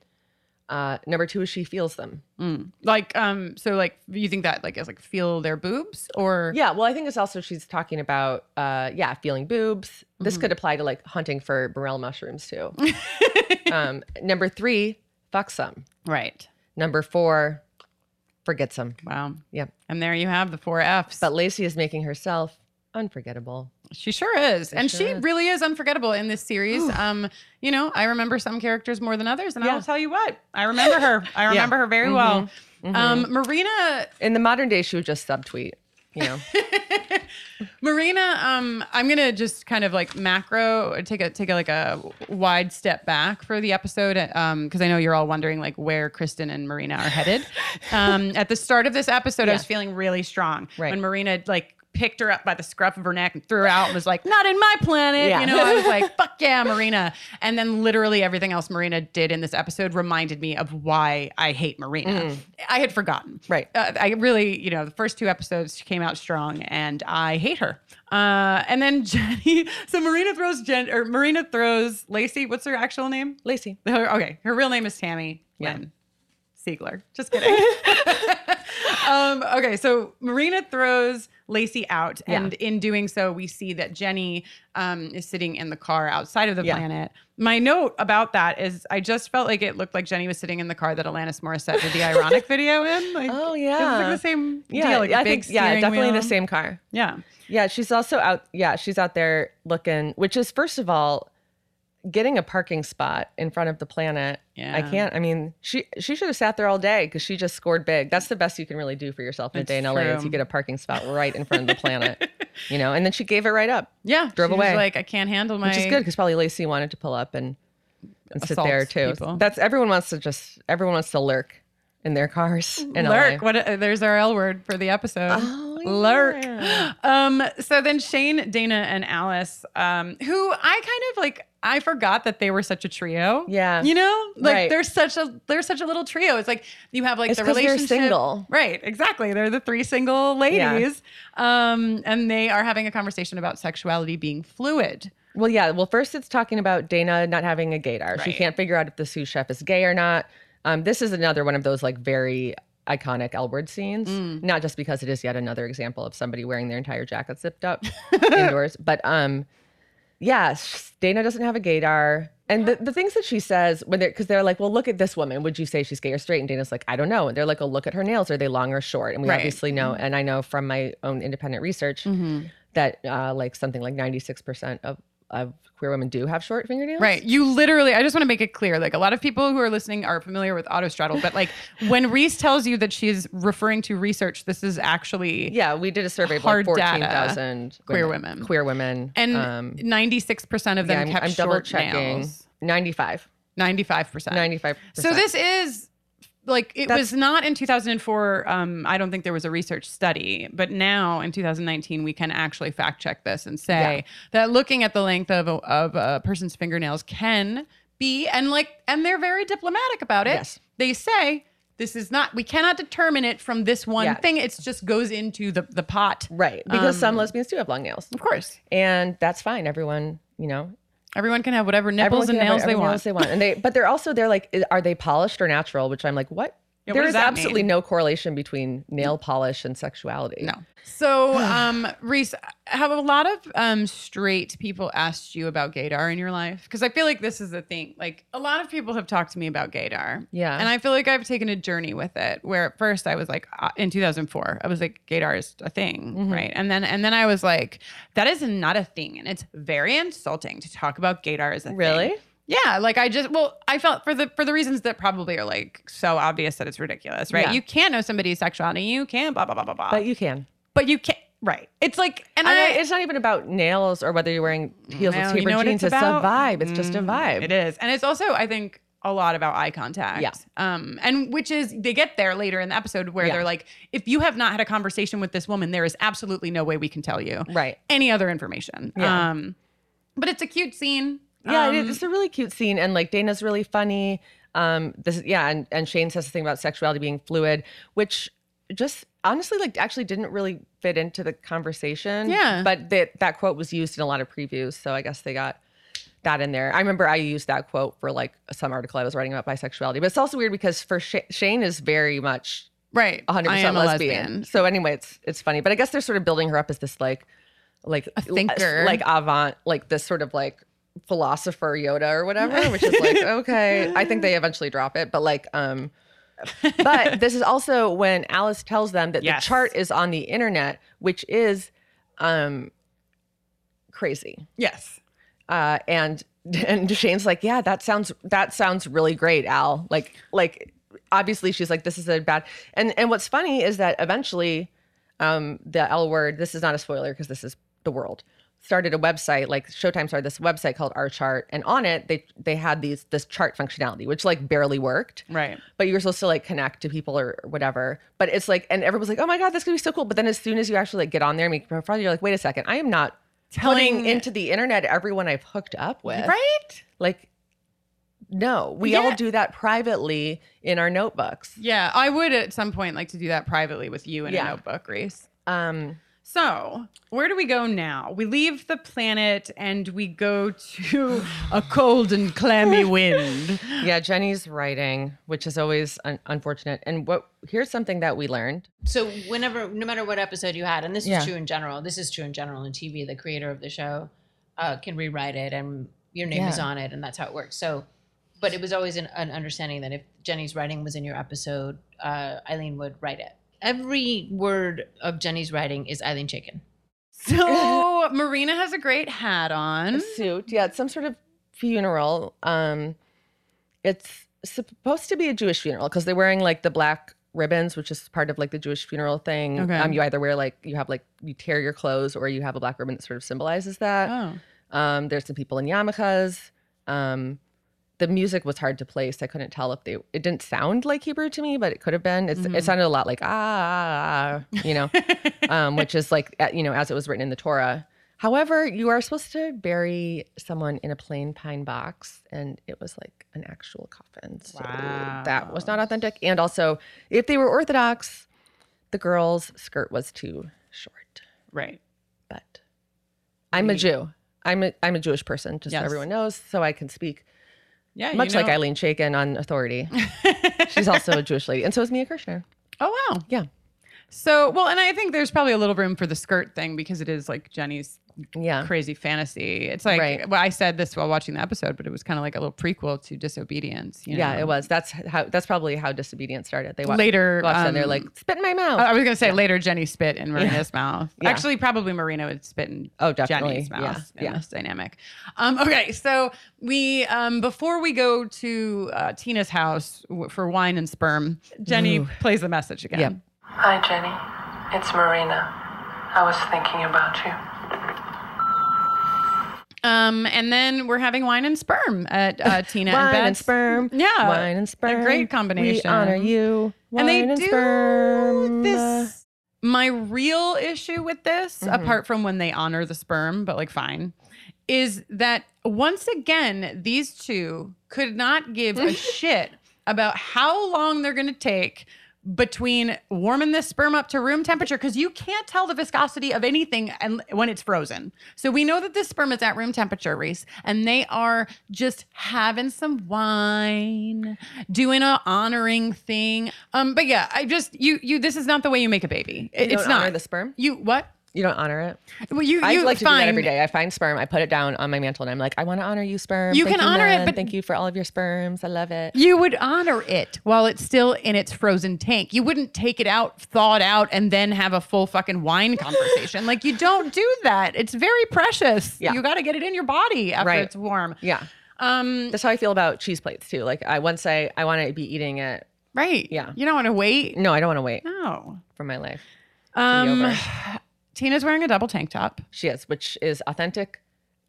Speaker 4: Uh, number two is she feels them.
Speaker 1: Mm. Like, um, so like, you think that like is like feel their boobs or
Speaker 4: Yeah, well, I think it's also she's talking about uh yeah feeling boobs. This
Speaker 1: Mhm.
Speaker 4: could apply to like hunting for burrell mushrooms too. um, number three, fuck some.
Speaker 1: right?
Speaker 4: Number four, forget some.
Speaker 1: Wow.
Speaker 4: Yep.
Speaker 1: And there you have the four Fs.
Speaker 4: But Lacey is making herself unforgettable.
Speaker 1: she sure is,
Speaker 4: She
Speaker 1: and
Speaker 4: sure
Speaker 1: she
Speaker 4: is.
Speaker 1: really is unforgettable in this series.
Speaker 4: Oof.
Speaker 1: um, you know, I remember some characters more than others, and
Speaker 4: Yeah.
Speaker 1: I'll tell you what, I remember her. I remember her very well.
Speaker 4: Mhm.
Speaker 1: Um, Marina
Speaker 4: In the modern day, she would just subtweet. You know,
Speaker 1: Marina, um, I'm gonna just kind of like macro take a take a, like a wide step back for the episode, um, because I know you're all wondering like where Kristen and Marina are headed. um, at the start of this episode, I was feeling really strong
Speaker 4: Right.
Speaker 1: when Marina like picked her up by the scruff of her neck and threw her out and was like, "Not in my planet,"
Speaker 4: Yeah.
Speaker 1: you know. I was like, "Fuck yeah, Marina!" And then literally everything else Marina did in this episode reminded me of why I hate Marina. I had forgotten,
Speaker 4: Right.
Speaker 1: uh, I really, you know, the first two episodes she came out strong, and I hate her. Uh, and then Jenny, so Marina throws Jen or Marina throws Lacey. What's her actual name?
Speaker 4: Lacey.
Speaker 1: Her- okay, her real name is Tammy
Speaker 4: Yeah.
Speaker 1: Lynn Siegler. Just kidding. um, okay, so Marina throws Lacey out,
Speaker 4: Yeah.
Speaker 1: and in doing so, we see that Jenny um, is sitting in the car outside of the
Speaker 4: Yeah.
Speaker 1: planet. My note about that is, I just felt like it looked like Jenny was sitting in the car that Alanis Morissette did the ironic video in. Like,
Speaker 4: Oh,
Speaker 1: it was like
Speaker 4: yeah.
Speaker 1: the same
Speaker 4: Yeah,
Speaker 1: deal, like
Speaker 4: I
Speaker 1: a big
Speaker 4: think yeah,
Speaker 1: steering
Speaker 4: definitely
Speaker 1: wheel.
Speaker 4: the same car.
Speaker 1: Yeah,
Speaker 4: Yeah, she's also out. Yeah, she's out there looking, which is first of all, getting a parking spot in front of the planet.
Speaker 1: yeah.
Speaker 4: I can't. I mean, she she should have sat there all day because she just scored big. That's the best you can really do for yourself in a
Speaker 1: It's
Speaker 4: day in LA is
Speaker 1: true.
Speaker 4: you get a parking spot right in front of the planet. You know, and then she gave it right up,
Speaker 1: Yeah,
Speaker 4: Drove
Speaker 1: she was
Speaker 4: away.
Speaker 1: Like I can't handle my.
Speaker 4: which is good because probably Lacey wanted to pull up and, and sit
Speaker 1: Assault
Speaker 4: there too.
Speaker 1: people.
Speaker 4: That's everyone wants to just everyone wants to lurk in their cars in
Speaker 1: lurk.
Speaker 4: LA.
Speaker 1: What? uh, there's our L word for the episode.
Speaker 4: Oh,
Speaker 1: lurk.
Speaker 4: yeah.
Speaker 1: Um. So then Shane, Dana, and Alice, um, who I kind of like, I forgot that they were such a trio.
Speaker 4: Yeah.
Speaker 1: You know, like
Speaker 4: Right.
Speaker 1: they're such a they're such a little trio. It's like you have like
Speaker 4: It's
Speaker 1: the
Speaker 4: 'cause they're
Speaker 1: relationship.
Speaker 4: single.
Speaker 1: Right. Exactly. They're the three single
Speaker 4: Yeah.
Speaker 1: ladies. Um. And they are having a conversation about sexuality being fluid.
Speaker 4: Well, yeah. Well, first it's talking about Dana not having a gaydar. She
Speaker 1: Right.
Speaker 4: can't figure out if the sous chef is gay or not. Um, this is another one of those like very iconic L word scenes.
Speaker 1: Mm.
Speaker 4: Not just because it is yet another example of somebody wearing their entire jacket zipped up indoors, but um, yeah, s- Dana doesn't have a gaydar. And the, the things that she says when they're because they're like, well, look at this woman. Would you say she's gay or straight? And Dana's like, I don't know. And they're like, oh, look at her nails. Are they long or short? And we
Speaker 1: Right. Mm-hmm.
Speaker 4: obviously know. And I know from my own independent research that uh, like something like 96% of, of queer women do have short fingernails.
Speaker 1: Right. You literally, I just want to make it clear. Like a lot of people who are listening are familiar with autostraddle, but like when Reese tells you that she is referring to research, this is actually
Speaker 4: Yeah, we did a survey of
Speaker 1: Hard
Speaker 4: like
Speaker 1: data.
Speaker 4: 14,000
Speaker 1: Queer women.
Speaker 4: Queer women.
Speaker 1: and
Speaker 4: um,
Speaker 1: 96% of them
Speaker 4: yeah,
Speaker 1: kept
Speaker 4: I'm, I'm double
Speaker 1: short
Speaker 4: checking.
Speaker 1: nails.
Speaker 4: 95.
Speaker 1: 95%.
Speaker 4: 95%.
Speaker 1: So this is like it was
Speaker 4: That's-
Speaker 1: not in 2004. Um, I don't think there was a research study, but now in 2019 we can actually fact check this and say
Speaker 4: Yeah.
Speaker 1: that looking at the length of a, of a person's fingernails can be and like and they're very diplomatic about it.
Speaker 4: Yes.
Speaker 1: They say this is not we cannot determine it from this one
Speaker 4: Yeah.
Speaker 1: thing. It just goes into the the pot.
Speaker 4: Right. Because some
Speaker 1: um,
Speaker 4: lesbians do have long nails.
Speaker 1: Of course,
Speaker 4: And that's fine. Everyone, you know,
Speaker 1: everyone can have whatever nipples
Speaker 4: everyone
Speaker 1: and
Speaker 4: can have
Speaker 1: nails they
Speaker 4: whatever
Speaker 1: want.
Speaker 4: Nails they want. And they, but they're also, they're like, "I- are they polished or natural? Which I'm like, what?
Speaker 1: Yeah, what
Speaker 4: there
Speaker 1: does
Speaker 4: is
Speaker 1: that
Speaker 4: absolutely
Speaker 1: mean?
Speaker 4: no correlation between nail polish and sexuality.
Speaker 1: No. So, um, Reese, have a lot of um, straight people asked you about gaydar in your life? Because I feel like this is the thing. Like, a lot of people have talked to me about gaydar.
Speaker 4: Yeah.
Speaker 1: And I feel like I've taken a journey with it where at first I was like, uh, in 2004, I was like, gaydar is a thing,
Speaker 4: Mm-hmm.
Speaker 1: right? And then, and then I was like, that is not a thing. And it's very insulting to talk about gaydar as a thing.
Speaker 4: Really?
Speaker 1: Yeah, like I just well, I felt for the for the reasons that probably are like so obvious that it's ridiculous, right?
Speaker 4: Yeah.
Speaker 1: You can't know somebody's sexuality, you can't blah blah blah blah blah
Speaker 4: But you can.
Speaker 1: but you can't. Right. It's like, and
Speaker 4: I
Speaker 1: I.
Speaker 4: mean, it's not even about nails or whether you're wearing heels
Speaker 1: No, you
Speaker 4: with
Speaker 1: know
Speaker 4: tapered
Speaker 1: what
Speaker 4: jeans. It's,
Speaker 1: about?
Speaker 4: a vibe. It's just a
Speaker 1: Mm,
Speaker 4: vibe.
Speaker 1: It is, and it's also, I think, a lot about eye contact.
Speaker 4: Yeah.
Speaker 1: Um, and which is they get there later in the episode where
Speaker 4: Yeah.
Speaker 1: they're like, if you have not had a conversation with this woman, there is absolutely no way we can tell you
Speaker 4: Right.
Speaker 1: any other information.
Speaker 4: Yeah.
Speaker 1: Um, but it's a cute scene.
Speaker 4: Yeah,
Speaker 1: Um,
Speaker 4: it is it's a really cute scene, and like Dana's really funny. Um, this is yeah, and, and Shane says the thing about sexuality being fluid, which just honestly like actually didn't really fit into the conversation.
Speaker 1: Yeah.
Speaker 4: but that that quote was used in a lot of previews, so I guess they got that in there. I remember I used that quote for like some article I was writing about bisexuality, but it's also weird because for Sh- Shane is very much
Speaker 1: right.
Speaker 4: 100%
Speaker 1: I am a
Speaker 4: lesbian.
Speaker 1: lesbian.
Speaker 4: So anyway, it's it's funny, but I guess they're sort of building her up as this like like
Speaker 1: A thinker.
Speaker 4: like avant, like this sort of like philosopher Yoda or whatever, which is like okay, I think they eventually drop it, but like um but this is also when Alice tells them that
Speaker 1: Yes.
Speaker 4: the chart is on the internet, which is um crazy.
Speaker 1: Yes.
Speaker 4: Uh and and Shane's like, "Yeah, that sounds that sounds really great, Al." Like like obviously she's like this is a bad and and what's funny is that eventually um, the L word, this is not a spoiler because this is the world, started a website, like Showtime started this website called Our Chart. And on it, they they had these this chart functionality, which like barely worked
Speaker 1: Right.
Speaker 4: but you were supposed to like connect to people or whatever. But it's like, and everyone's like, oh my God, this could be so cool. But then as soon as you actually like get on there and make a profile, you're like, wait a second, I am not
Speaker 1: Telling
Speaker 4: putting into the internet everyone I've hooked up with.
Speaker 1: Right?
Speaker 4: Like, no, we
Speaker 1: Yeah.
Speaker 4: all do that privately in our notebooks.
Speaker 1: Yeah. I would at some point like to do that privately with you in
Speaker 4: Yeah.
Speaker 1: a notebook, Reese.
Speaker 4: Um,
Speaker 1: So, where do we go now? We leave the planet and we go to a cold and clammy wind.
Speaker 4: yeah, Jenny's writing, which is always un- unfortunate. And what here's something that we learned.
Speaker 5: So whenever, no matter what episode you had, and this
Speaker 4: Yeah.
Speaker 5: is true in general, this is true in general in TV. The creator of the show uh, can rewrite it, and your name is
Speaker 4: Yeah.
Speaker 5: on it, and that's how it works. So, but it was always an, an understanding that if Jenny's writing was in your episode, uh, Eileen would write it. Every word of Jenny's writing is Eileen Chicken.
Speaker 1: So, Marina has a great hat
Speaker 4: a
Speaker 1: on.
Speaker 4: suit. Yeah, it's some sort of funeral. Um, it's supposed to be a Jewish funeral because they're wearing like the black ribbons, which is part of like the Jewish funeral thing.
Speaker 1: Okay.
Speaker 4: Um, you either wear like you have like you tear your clothes or you have a black ribbon that sort of symbolizes that.
Speaker 1: Oh.
Speaker 4: Um, there's some people in yarmulkes. Um, the music was hard to place. I couldn't tell if they. It didn't sound like Hebrew to me, but it could have been. It's,
Speaker 1: Mhm.
Speaker 4: It sounded a lot like ah, ah, ah, you know, um, which is like uh, you know as it was written in the Torah. However, you are supposed to bury someone in a plain pine box, and it was like an actual coffin. So that was
Speaker 1: Wow.
Speaker 4: not authentic. And also, if they were Orthodox, the girl's skirt was too short
Speaker 1: Right.
Speaker 4: but I'm a
Speaker 1: We-
Speaker 4: Jew. I'm a I'm a Jewish person, just
Speaker 1: Yes.
Speaker 4: so everyone knows, so I can speak
Speaker 1: Yeah.
Speaker 4: much like
Speaker 1: I.
Speaker 4: Eileen Shaken on authority. She's also a Jewish lady, and so is Mia Kirshner.
Speaker 1: Oh wow.
Speaker 4: Yeah.
Speaker 1: So well, and I think there's probably a little room for the skirt thing because it is like Jenny's
Speaker 4: Yeah,
Speaker 1: crazy fantasy. It's like
Speaker 4: Right.
Speaker 1: well, I said this while watching the episode, but it was kind of like a little prequel to Disobedience. You
Speaker 4: yeah,
Speaker 1: know?
Speaker 4: it was. That's how. That's probably how disobedience started. They wa-
Speaker 1: later.
Speaker 4: watched that and they're
Speaker 1: um,
Speaker 4: like, spit in my mouth.
Speaker 1: I I was gonna say later. Jenny spit in Marina's mouth.
Speaker 4: Oh. Yeah.
Speaker 1: Actually, probably Marina would spit in
Speaker 4: oh, definitely.
Speaker 1: Jenny's mouth in
Speaker 4: yeah, yeah.
Speaker 1: this dynamic. Um, okay, so we um, before we go to uh, Tina's house w- for wine and sperm, Jenny plays the message again.
Speaker 4: Yeah.
Speaker 2: Hi, Jenny. It's Marina. I was thinking about you.
Speaker 1: Um, and then we're having wine and sperm at uh, Tina
Speaker 4: Wine
Speaker 1: and
Speaker 4: and,
Speaker 1: Beth's.
Speaker 4: sperm.
Speaker 1: Yeah,
Speaker 4: Wine and sperm.
Speaker 1: great combination.
Speaker 4: We honor you.
Speaker 1: And
Speaker 4: Wine
Speaker 1: they
Speaker 4: and
Speaker 1: do
Speaker 4: sperm.
Speaker 1: This my real issue with this,
Speaker 4: Mhm.
Speaker 1: apart from when they honor the sperm, but like fine, is that once again these two could not give a shit about how long they're going to take between warming this sperm up to room temperature because you can't tell the viscosity of anything and when it's frozen. So we know that this sperm is at room temperature, Reese, and they are just having some wine, doing a honoring thing. Um, but yeah, I just you you this is not the way you make a baby. It-
Speaker 4: You
Speaker 1: it's
Speaker 4: don't
Speaker 1: not
Speaker 4: honor the sperm.
Speaker 1: you what?
Speaker 4: You don't honor it.
Speaker 1: Well, you
Speaker 4: I
Speaker 1: you
Speaker 4: like to do
Speaker 1: find,
Speaker 4: that every day. I find sperm, I put it down on my mantle, and I'm like, I want to honor you, sperm.
Speaker 1: You
Speaker 4: Thank
Speaker 1: can honor it,
Speaker 4: men.
Speaker 1: but-
Speaker 4: thank you for all of your sperms. I love it.
Speaker 1: You would honor it while it's still in its frozen tank. You wouldn't take it out, thaw it out, and then have a full fucking wine conversation. like you don't do that. It's very precious.
Speaker 4: Yeah.
Speaker 1: You got to get it in your body after
Speaker 4: Right.
Speaker 1: it's warm.
Speaker 4: Yeah,
Speaker 1: Um,
Speaker 4: that's how I feel about cheese plates too. Like, I once I I want to be eating it.
Speaker 1: right.
Speaker 4: Yeah.
Speaker 1: You don't want to wait.
Speaker 4: No, I don't want to wait
Speaker 1: No.
Speaker 4: for my life.
Speaker 1: Um,
Speaker 4: over.
Speaker 1: Tina's wearing a double tank top.
Speaker 4: She is, which is authentic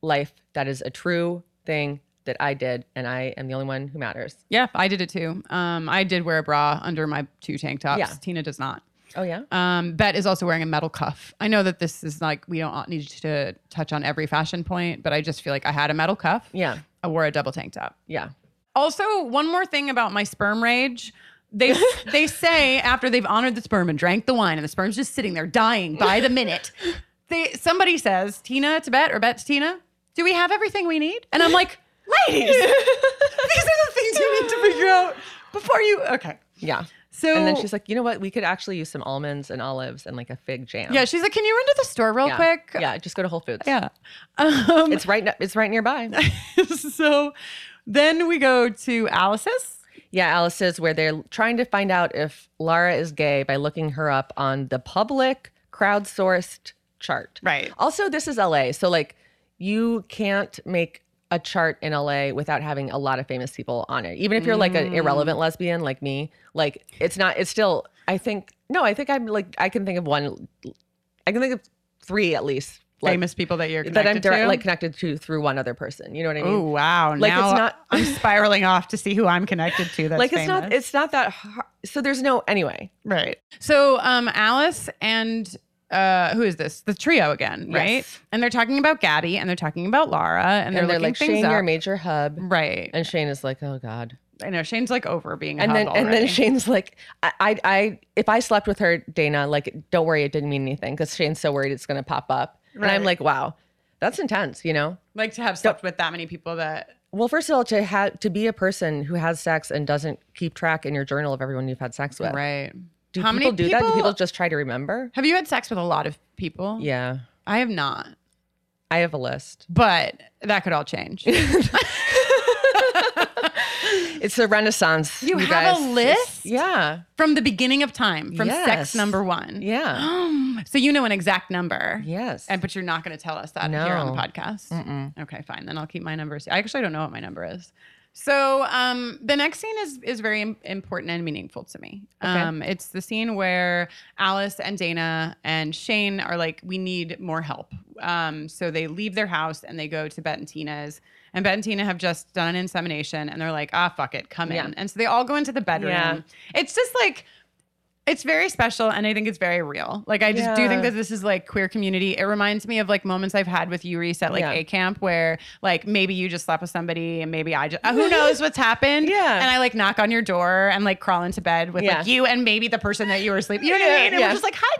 Speaker 4: life. That is a true thing that I did, and I am the only one who matters.
Speaker 1: Yeah, I did it too. Um, I did wear a bra under my two tank tops.
Speaker 4: Yeah.
Speaker 1: Tina does not.
Speaker 4: Oh yeah,
Speaker 1: Um, Bet is also wearing a metal cuff. I know that this is like we don't need to touch on every fashion point, but I just feel like I had a metal cuff.
Speaker 4: yeah,
Speaker 1: I wore a double tank top.
Speaker 4: yeah.
Speaker 1: Also, one more thing about my sperm rage. They they say after they've honored the sperm and drank the wine, and the sperm's just sitting there dying by the minute. They somebody says Tina to Bet or Bet to Tina, do we have everything we need? And I'm like, ladies, these are the things you need to figure out before you. Okay,
Speaker 4: Yeah.
Speaker 1: so
Speaker 4: And then she's like, you know what? We could actually use some almonds and olives and like a fig jam.
Speaker 1: yeah, she's like, can you run to the store real
Speaker 4: "Oh." Yeah.
Speaker 1: quick?
Speaker 4: Yeah. Just go to Whole Foods.
Speaker 1: Yeah. Um,
Speaker 4: It's right. ne- It's right nearby.
Speaker 1: so then we go to Alice's.
Speaker 4: Yeah, Alice's, where they're trying to find out if Lara is gay by looking her up on the public crowdsourced chart.
Speaker 1: Right.
Speaker 4: Also, this is LA. So, like, you can't make a chart in LA without having a lot of famous people on it. Even if you're like an
Speaker 1: Mm.
Speaker 4: irrelevant lesbian like me, like it's not, it's still, I think, no, I think I'm like, I can think of one, I can think of three at least. Like,
Speaker 1: Famous people that you're connected
Speaker 4: that I'm direct,
Speaker 1: to.
Speaker 4: like connected to through one other person. You know what I mean?
Speaker 1: oh wow!
Speaker 4: like,
Speaker 1: now
Speaker 4: it's not-
Speaker 1: I'm spiraling off to see who I'm connected to. That's
Speaker 4: like it's not,
Speaker 1: famous.
Speaker 4: it's not that hard. So there's no, anyway,
Speaker 1: Right. So um Alice and uh who is this? The trio again, right?
Speaker 4: Yes.
Speaker 1: And they're talking about Gaddy and they're talking about Lara and they're,
Speaker 4: and they're
Speaker 1: looking
Speaker 4: like Mm.
Speaker 1: things
Speaker 4: Shane, your
Speaker 1: up.
Speaker 4: major hub,
Speaker 1: Right.
Speaker 4: and Shane is like, oh god.
Speaker 1: I know Shane's like over being a
Speaker 4: And
Speaker 1: hub
Speaker 4: then and
Speaker 1: already.
Speaker 4: then Shane's like, I, I I if I slept with her, Dana, like don't worry, it didn't mean anything because Shane's so worried it's gonna pop up. And I'm
Speaker 1: Right.
Speaker 4: like, wow, that's intense, you know.
Speaker 1: like to have slept with that many people that
Speaker 4: Well, first of all, to have to be a person who has sex and doesn't keep track in your journal of everyone you've had sex with.
Speaker 1: right.
Speaker 4: Do
Speaker 1: How many
Speaker 4: people Oh. do that? Do
Speaker 1: people-
Speaker 4: people just try to remember?
Speaker 1: Have you had sex with a lot of people?
Speaker 4: Yeah,
Speaker 1: I have not.
Speaker 4: I have a list.
Speaker 1: But that could all change.
Speaker 4: It's the Renaissance.
Speaker 1: You have a list?
Speaker 4: It's- yeah,
Speaker 1: from the beginning of time, from sex
Speaker 4: Yes.
Speaker 1: number 1.
Speaker 4: yeah,
Speaker 1: so you know an exact number.
Speaker 4: yes.
Speaker 1: And but you're not going to tell us that here on the
Speaker 4: No.
Speaker 1: podcast.
Speaker 4: Mm-mm.
Speaker 1: Okay, fine. Then I'll keep my numbers. I actually don't know what my number is. So um, the next scene is is very im- important and meaningful to me.
Speaker 4: Okay.
Speaker 1: Um, it's the scene where Alice and Dana and Shane are like, "We need more help." Um, so they leave their house and they go to Bet and Tina's. And Bet and Tina have just done an insemination, and they're like, "Ah, fuck it, come
Speaker 4: Yeah.
Speaker 1: in." And so they all go into the bedroom.
Speaker 4: Yeah.
Speaker 1: It's just like it's very special and I think it's very real. Like I just do think
Speaker 4: Yeah.
Speaker 1: that this is like queer community. It reminds me of like moments I've had with you Reese at like
Speaker 4: Yeah.
Speaker 1: a camp where like maybe you just slept with somebody and maybe I just who knows what's happened.
Speaker 4: Yeah.
Speaker 1: And I like knock on your door and like crawl into bed with
Speaker 4: Yeah.
Speaker 1: like you and maybe the person that you were sleeping. You know what I
Speaker 4: Yeah,
Speaker 1: mean? And
Speaker 4: yeah.
Speaker 1: we're just like, hi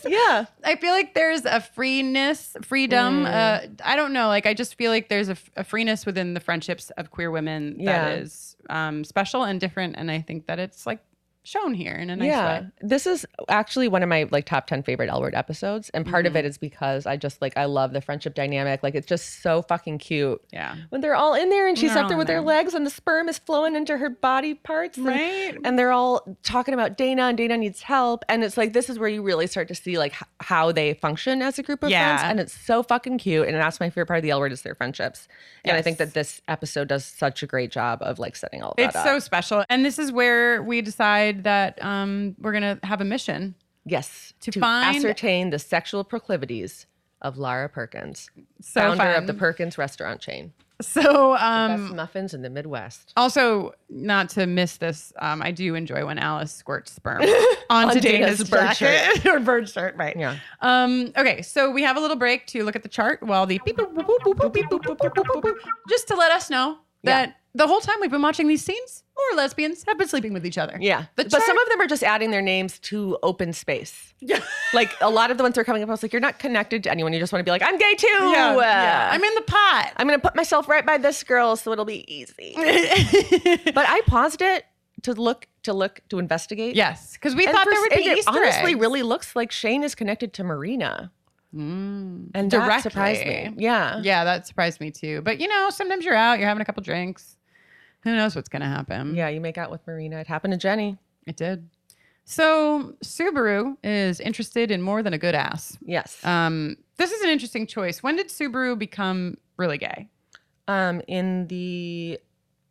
Speaker 1: guys.
Speaker 4: yeah,
Speaker 1: I feel like there's a freeness, freedom.
Speaker 4: Mm.
Speaker 1: Uh, I don't know. Like I just feel like there's a, f- a freeness within the friendships of queer women
Speaker 4: Yeah.
Speaker 1: that is um, special and different. And I think that it's like shown here in a nice way.
Speaker 4: This is actually one of my like top 10 favorite L word episodes. And part
Speaker 1: Mm-hmm.
Speaker 4: of it is because I just like, I love the friendship dynamic. Like, it's just so fucking cute.
Speaker 1: Yeah.
Speaker 4: When they're all in there and she's
Speaker 1: They're
Speaker 4: up there
Speaker 1: all
Speaker 4: with
Speaker 1: in
Speaker 4: her
Speaker 1: there.
Speaker 4: legs and the sperm is flowing into her body parts. and-
Speaker 1: Right.
Speaker 4: And they're all talking about Dana and Dana needs help. And it's like, this is where you really start to see like h- how they function as a group of
Speaker 1: Yeah.
Speaker 4: friends. And it's so fucking cute. And that's my favorite part of the L word is their friendships. And I think
Speaker 1: Yes.
Speaker 4: that this episode does such a great job of like setting all of that
Speaker 1: It's
Speaker 4: up.
Speaker 1: so special. And this is where we decide that um, we're going to have a mission.
Speaker 4: Yes,
Speaker 1: To find-
Speaker 4: ascertain the sexual proclivities of Lara Perkins,
Speaker 1: So
Speaker 4: founder
Speaker 1: fun.
Speaker 4: of the Perkins restaurant chain,
Speaker 1: so
Speaker 4: best
Speaker 1: um,
Speaker 4: muffins in the Midwest.
Speaker 1: also not to miss this, um, I do enjoy when Alice squirts sperm onto
Speaker 4: On Dana's
Speaker 1: Dana's, bird
Speaker 4: bird
Speaker 1: shirt or bird shirt, right?
Speaker 4: Yeah.
Speaker 1: Um, okay, so we have a little break to look at the chart while the beep, boop, boop, boop, boop, beep, boop, boop, boop, boop, boop, just to let us know that the whole time we've been watching these scenes, more lesbians have been sleeping with each other.
Speaker 4: Yeah,
Speaker 1: The
Speaker 4: but some
Speaker 1: chart-
Speaker 4: of them are just adding their names to open space.
Speaker 1: Yeah.
Speaker 4: Like a lot of the ones that are coming up, I was like, you're not connected to anyone. You just want to be like, I'm gay too. Uh,
Speaker 1: Yeah, yeah. I'm in the pot.
Speaker 4: I'm gonna put myself right by this girl, so it'll be easy. but I paused it to look, to look, to investigate.
Speaker 1: Yes, because we
Speaker 4: And
Speaker 1: thought
Speaker 4: for-
Speaker 1: there would be
Speaker 4: it
Speaker 1: Easter
Speaker 4: honestly
Speaker 1: eggs.
Speaker 4: really looks like Shane is connected to Marina,
Speaker 1: Mm.
Speaker 4: and that surprised me.
Speaker 1: Directly.
Speaker 4: Yeah,
Speaker 1: Yeah, that surprised me too. But you know, sometimes you're out, you're having a couple drinks. Who knows what's going to happen?
Speaker 4: Yeah, you make out with Marina. It happened to Jenny.
Speaker 1: It did. So Subaru is interested in more than a good ass.
Speaker 4: Yes.
Speaker 1: Um, this is an interesting choice. When did Subaru become really gay?
Speaker 4: Um, in the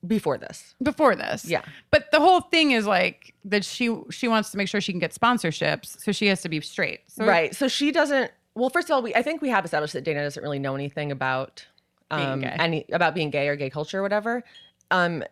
Speaker 4: before this.
Speaker 1: Before this.
Speaker 4: Yeah.
Speaker 1: But the whole thing is like that she she wants to make sure she can get sponsorships, so she has to be straight. So
Speaker 4: right. So she doesn't. Well, first of all, we I think we have established that Dana doesn't really know anything about
Speaker 1: Being
Speaker 4: um
Speaker 1: gay.
Speaker 4: any about being gay or gay culture or whatever. Um,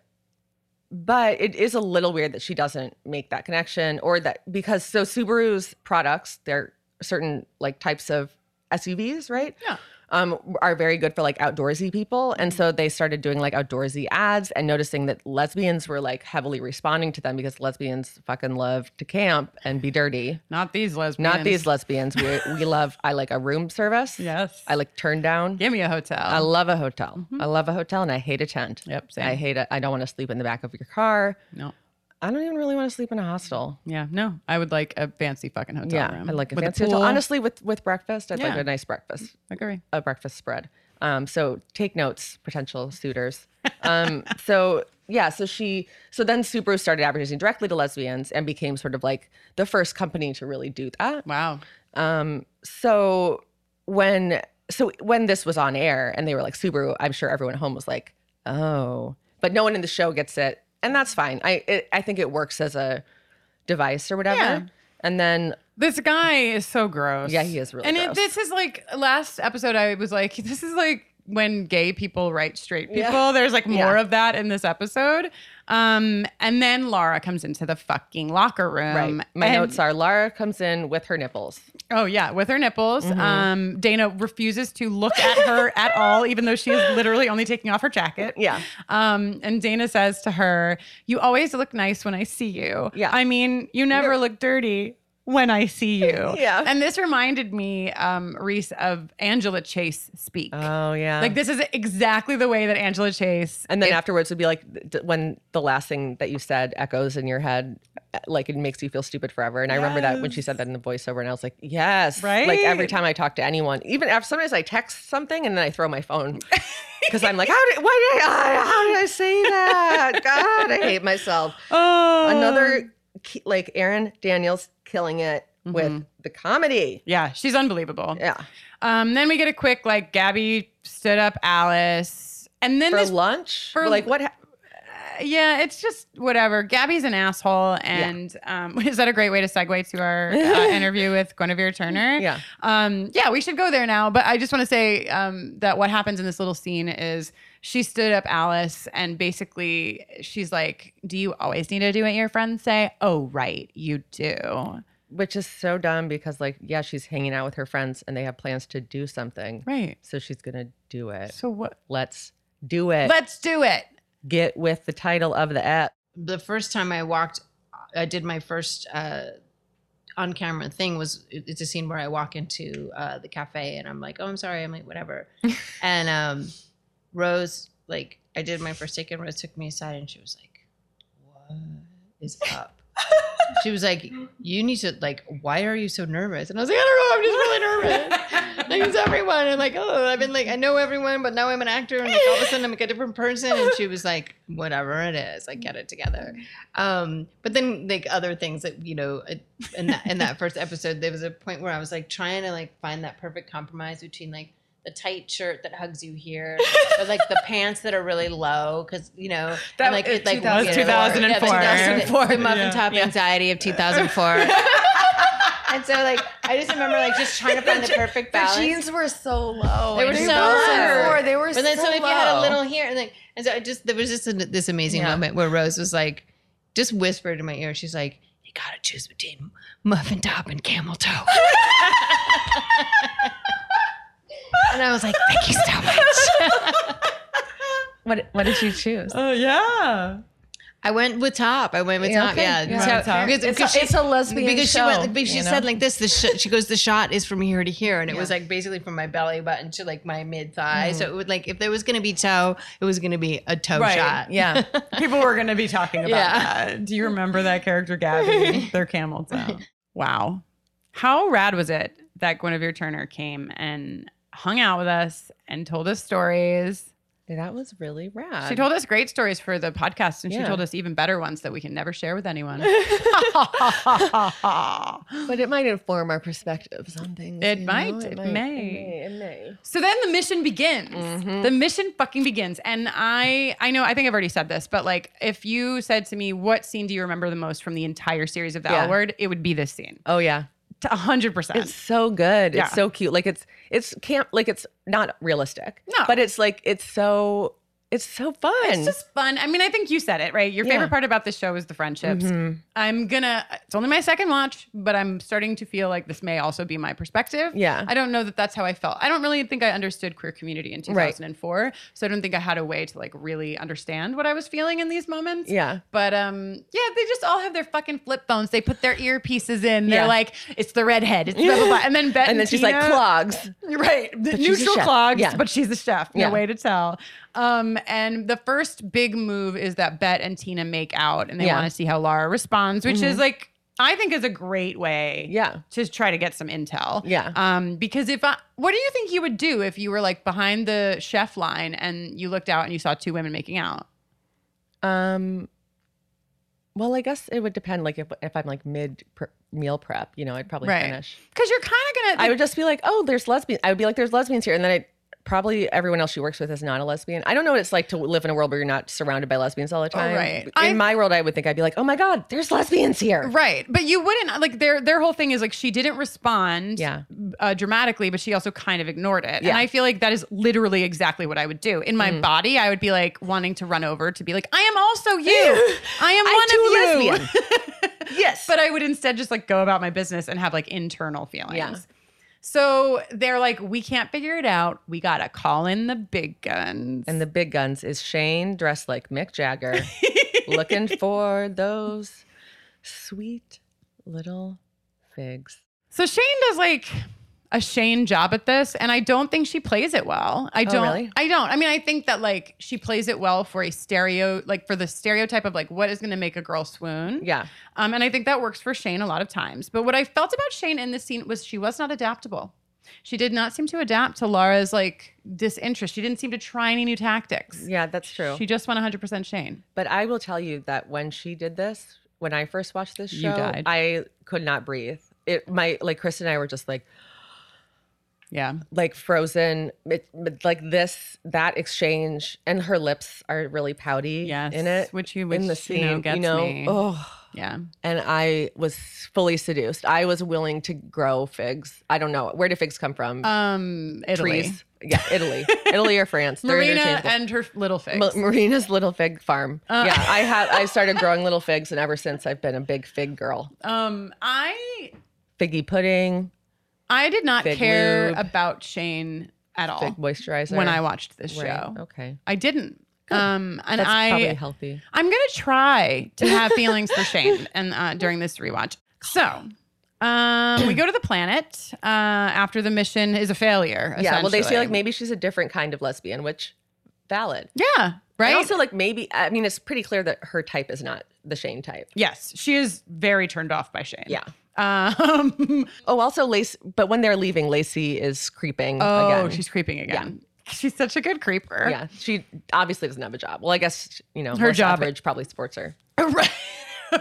Speaker 4: but it is a little weird that she doesn't make that connection or that because so Subaru's products, they're certain like types of SUVs, right?
Speaker 1: Yeah. Mm-hmm.
Speaker 4: um, are very good for like outdoorsy people. And so they started doing like outdoorsy ads and noticing that lesbians were like heavily responding to them because lesbians fucking love to camp and be dirty.
Speaker 1: Not these lesbians.
Speaker 4: Not these lesbians. We, we love, I like a room service.
Speaker 1: Yes.
Speaker 4: I like turn down.
Speaker 1: Give me a hotel.
Speaker 4: I love a hotel. I love a hotel and I hate a tent.
Speaker 1: Mm-hmm. Yep, same.
Speaker 4: I hate it. I don't want to sleep in the back of your car.
Speaker 1: no.
Speaker 4: I don't even really want to sleep in a hostel.
Speaker 1: Yeah, no. I would like a fancy fucking hotel
Speaker 4: yeah.
Speaker 1: room.
Speaker 4: I like a
Speaker 1: with
Speaker 4: fancy hotel.
Speaker 1: pool.
Speaker 4: Honestly, with, with breakfast, I'd like
Speaker 1: Yeah.
Speaker 4: a nice breakfast.
Speaker 1: agree.
Speaker 4: a breakfast spread. Um, so take notes, potential suitors. Um, so yeah, so she, so then Subaru started advertising directly to lesbians and became sort of like the first company to really do that.
Speaker 1: Wow.
Speaker 4: Um, so Um, when so when this was on air and they were like Subaru, I'm sure everyone at home was like, oh, but no one in the show gets it, and that's fine. I it, I think it works as a device or whatever.
Speaker 6: Yeah.
Speaker 4: And then
Speaker 1: This guy is so gross.
Speaker 4: Yeah, he is really
Speaker 1: And
Speaker 4: gross.
Speaker 1: It, this is like last episode. I was like, this is like when gay people write straight people.
Speaker 4: Yeah.
Speaker 1: There's like more
Speaker 4: Yeah.
Speaker 1: of that in this episode. Um, and then Lara comes into the fucking locker room.
Speaker 4: right, my
Speaker 1: Um, and-
Speaker 4: notes are Lara comes in with her nipples.
Speaker 1: Oh yeah, with her nipples.
Speaker 4: Mm-hmm.
Speaker 1: Um, Dana refuses to look at her at all, even though she is literally only taking off her jacket.
Speaker 4: Yeah.
Speaker 1: Um, and Dana says to her, "You always look nice when I see you.
Speaker 4: Yeah.
Speaker 1: I mean, you never look dirty." When I see you.
Speaker 4: Yeah.
Speaker 1: And this reminded me, um, Reese, of Angela Chase speak.
Speaker 4: Oh yeah.
Speaker 1: like, this is exactly the way that Angela Chase.
Speaker 4: And then afterwards would be like d- when the last thing that you said echoes in your head, uh, like it makes you feel stupid forever. And I remember that when she said that in the voiceover, and I was like, yes, Like every
Speaker 1: Right.
Speaker 4: time I talk to anyone, even after sometimes I text something and then I throw my phone because I'm like, how did why did I ah, how did I say that? God, I hate myself.
Speaker 1: Oh.
Speaker 4: Another ki- like Aaron Daniels killing it
Speaker 1: Mm-hmm.
Speaker 4: with the comedy.
Speaker 1: Yeah, she's unbelievable.
Speaker 4: Yeah,
Speaker 1: Um, then we get a quick like Gabby stood up Alice, and then
Speaker 4: for
Speaker 1: this
Speaker 4: lunch,
Speaker 1: for-
Speaker 4: like what? hap-
Speaker 1: yeah, it's just whatever. Gabby's an asshole, and um, is that a great way to segue to our uh, interview with Guinevere Turner?
Speaker 4: Yeah.
Speaker 1: um, yeah, we should go there now. But I just want to say um, that what happens in this little scene is she stood up Alice, and basically she's like, "Do you always need to do what your friends say? Oh, right, you do.
Speaker 4: Which is so dumb because like yeah, she's hanging out with her friends and they have plans to do something.
Speaker 1: Right.
Speaker 4: So she's gonna do it.
Speaker 1: So what?
Speaker 4: Let's do it.
Speaker 1: Let's do it."
Speaker 4: Get with the title of the app.
Speaker 5: the first time I walked, I did my first uh, on camera thing was it's a scene where I walk into uh, the cafe and I'm like, oh, I'm sorry, I'm like whatever, and um, Rose like I did my first take and Rose took me aside and she was like, what is up? she was like, you need to like, why are you so nervous? And I was like, I don't know, I'm just really nervous. Like it's everyone. I'm like, oh, I've been like, I know everyone, but now I'm an actor, and like all of a sudden I'm like a different person. And she was like, whatever it is, I get it together. Um, but then like other things that you know, it- in that in that first episode, there was a point where I was like trying to like find that perfect compromise between like the tight shirt that hugs you here, or like the pants that are really low because you know
Speaker 4: That
Speaker 5: and, like
Speaker 4: was
Speaker 5: it like
Speaker 4: 2004.
Speaker 5: you know,
Speaker 1: 2004.
Speaker 5: yeah, 2004. the muffin
Speaker 1: Yeah.
Speaker 5: top anxiety of 2004. And so, like, I just remember, like, just trying to find the perfect balance.
Speaker 7: were so low.
Speaker 5: They were so low.
Speaker 7: They were
Speaker 5: But then,
Speaker 7: so
Speaker 5: so if you had a
Speaker 7: low.
Speaker 5: little here, and like, and so I just there was just an this amazing
Speaker 4: Yeah.
Speaker 5: moment where Rose was like, just whispered in my ear, she's like, "You gotta choose between muffin top and camel toe." and I was like, "Thank you so much."
Speaker 4: What What did you choose?
Speaker 1: Oh yeah.
Speaker 5: I went with top. I went with top.
Speaker 4: okay.
Speaker 5: Yeah,
Speaker 4: You
Speaker 5: So-
Speaker 1: went with top.
Speaker 5: because-
Speaker 7: It's
Speaker 5: because
Speaker 7: a,
Speaker 5: she-
Speaker 7: it's a lesbian
Speaker 5: because
Speaker 7: show,
Speaker 5: she went, because she
Speaker 7: you know?
Speaker 5: said like this. The sh- she goes, the shot is from here to here, and it was
Speaker 7: Yeah. Mm.
Speaker 5: like basically from my belly button to like my mid thigh. So it would like if there was gonna be toe, it was gonna be a toe
Speaker 1: Right.
Speaker 5: shot.
Speaker 4: Yeah,
Speaker 1: People were going to be talking about
Speaker 5: Yeah.
Speaker 1: that. Do you remember that character, Gabby? Their camel toe. Wow. How rad was it that Guinevere Turner came and hung out with us and told us stories?
Speaker 4: that was really rad.
Speaker 1: She told us great stories for the podcast, and she
Speaker 4: Um, Yeah.
Speaker 1: told us even better ones that we can never share with anyone.
Speaker 4: but it might inform our perspectives on things.
Speaker 1: It
Speaker 4: you
Speaker 1: might,
Speaker 4: know?
Speaker 1: it may.
Speaker 4: It may.
Speaker 1: So then the mission begins.
Speaker 4: Mm-hmm.
Speaker 1: The mission fucking begins. And I I know I think I've already said this, but like if you said to me, what scene do you remember the most from the entire series of the
Speaker 4: Yeah.
Speaker 1: L word, it would be this scene.
Speaker 4: Oh yeah,
Speaker 1: A hundred percent.
Speaker 4: it's so good.
Speaker 1: Um, Yeah.
Speaker 4: It's so cute. Like it's it's camp. Like it's not realistic.
Speaker 1: No.
Speaker 4: but it's like it's so it's so fun.
Speaker 1: It's just fun. I mean, I think you said it, right? Your favorite
Speaker 4: Yeah.
Speaker 1: part about this show is the friendships.
Speaker 4: Mhm.
Speaker 1: I'm gonna it's only my second watch, but I'm starting to feel like this may also be my perspective.
Speaker 4: Yeah.
Speaker 1: I don't know that that's how I felt. I don't really think I understood queer community in
Speaker 4: Right.
Speaker 1: 2004, so I don't think I had a way to like really understand what I was feeling in these moments.
Speaker 4: yeah.
Speaker 1: But um, yeah, they just all have their fucking flip phones. They put their earpieces in. They're
Speaker 4: Yeah.
Speaker 1: like, it's the redhead. It's blah blah blah. And then Bet
Speaker 4: And then she's like
Speaker 1: Tina-
Speaker 4: clogs.
Speaker 1: right? The
Speaker 4: she's a
Speaker 1: neutral
Speaker 4: chef.
Speaker 1: clogs,
Speaker 4: Yeah.
Speaker 1: but she's a chef. No
Speaker 4: Yeah.
Speaker 1: way to tell. Um, and the first big move is that Bet and Tina make out, and they
Speaker 4: Yeah. Mm-hmm.
Speaker 1: want to see how Lara responds, which is like I think is a great way.
Speaker 4: Yeah.
Speaker 1: To try to get some intel.
Speaker 4: Yeah.
Speaker 1: Um, because if I, what do you think you would do if you were like behind the chef line and you looked out and you saw two women making out?
Speaker 4: Um. Well, I guess it would depend. Like if if I'm like mid pre- meal prep, you know, I'd probably
Speaker 1: Right.
Speaker 4: finish.
Speaker 1: Because you're kind of going gonna.
Speaker 4: I would just be like, oh, there's lesbians. I would be like, there's lesbians here. And then I probably everyone else she works with is not a lesbian. I don't know what it's like to live in a world where you're not surrounded by lesbians all the time.
Speaker 1: Oh, right.
Speaker 4: In
Speaker 1: I've-
Speaker 4: my world, I would think I'd be like, oh my God, there's lesbians here.
Speaker 1: Right, but you wouldn't like their their whole thing is like she didn't respond
Speaker 4: Yeah.
Speaker 1: uh, dramatically, but she also kind of ignored it.
Speaker 4: Yeah. Mm.
Speaker 1: And I feel like that is literally exactly what I would do in my body. I would be like wanting to run over to be like, I am also you. I am
Speaker 4: I'm
Speaker 1: one
Speaker 4: too
Speaker 1: of you.
Speaker 4: yes.
Speaker 1: but I would instead just like go about my business and have like internal feelings.
Speaker 4: Yeah.
Speaker 1: So they're like, we can't figure it out. We gotta call in the big guns.
Speaker 4: and the big guns is Shane dressed like Mick Jagger, looking for those sweet little figs.
Speaker 1: So Shane does like a Shane job at this, and I don't think she plays it well. I don't.
Speaker 4: Oh, really?
Speaker 1: I don't. I mean, I think that like she plays it well for a stereo, like for the stereotype of like what is going to make a girl swoon.
Speaker 4: Yeah.
Speaker 1: Um, and I think that works for Shane a lot of times. But what I felt about Shane in this scene was she was not adaptable. She did not seem to adapt to Laura's like disinterest. She didn't seem to try any new tactics.
Speaker 4: Yeah, that's true.
Speaker 1: She just went 100% Shane.
Speaker 4: But I will tell you that when she did this, when I first watched this
Speaker 1: You
Speaker 4: show,
Speaker 1: died.
Speaker 4: I could not breathe. It my like Chris and I were just like
Speaker 1: Yeah.
Speaker 4: like frozen, it, it- like this that exchange, and her lips are really pouty
Speaker 1: Yes.
Speaker 4: in it
Speaker 1: Which you which
Speaker 4: in the
Speaker 1: you
Speaker 4: scene.
Speaker 1: know gets
Speaker 4: you know,
Speaker 1: me.
Speaker 4: oh,
Speaker 1: Yeah.
Speaker 4: and I was fully seduced. I was willing to grow figs. I don't know where do figs come from?
Speaker 1: Um Italy.
Speaker 4: Trees? Yeah, Italy, Italy or France. They're
Speaker 1: Marina
Speaker 4: interchangeable.
Speaker 1: and her little figs.
Speaker 4: Ma- Marina's little fig farm. yeah, I had I started growing little figs, and ever since I've been a big fig girl.
Speaker 1: um, I
Speaker 4: Figgy pudding,
Speaker 1: I did not
Speaker 4: Fig
Speaker 1: care
Speaker 4: lube.
Speaker 1: about Shane at all
Speaker 4: fig moisturizer.
Speaker 1: when I watched this
Speaker 4: Right,
Speaker 1: show.
Speaker 4: okay,
Speaker 1: I didn't. Um, and
Speaker 4: that's
Speaker 1: I
Speaker 4: probably healthy.
Speaker 1: I'm gonna try to have feelings for Shane and uh, during this rewatch. So. Um, we go to the planet uh, after the mission is a failure.
Speaker 4: Yeah, well, they say like
Speaker 1: essentially.
Speaker 4: maybe she's a different kind of lesbian, which valid.
Speaker 1: yeah, right.
Speaker 4: And also, like maybe I mean, it's pretty clear that her type is not the Shane type.
Speaker 1: yes, she is very turned off by Shane.
Speaker 4: Yeah.
Speaker 1: Um,
Speaker 4: Oh, also Lacey. But when they're leaving, Lacey is creeping
Speaker 1: oh,
Speaker 4: again.
Speaker 1: she's creeping again. She's such a good creeper.
Speaker 4: yeah, she obviously doesn't have a job. Well, I guess you know
Speaker 1: Her
Speaker 4: her
Speaker 1: job-
Speaker 4: job probably supports her.
Speaker 1: right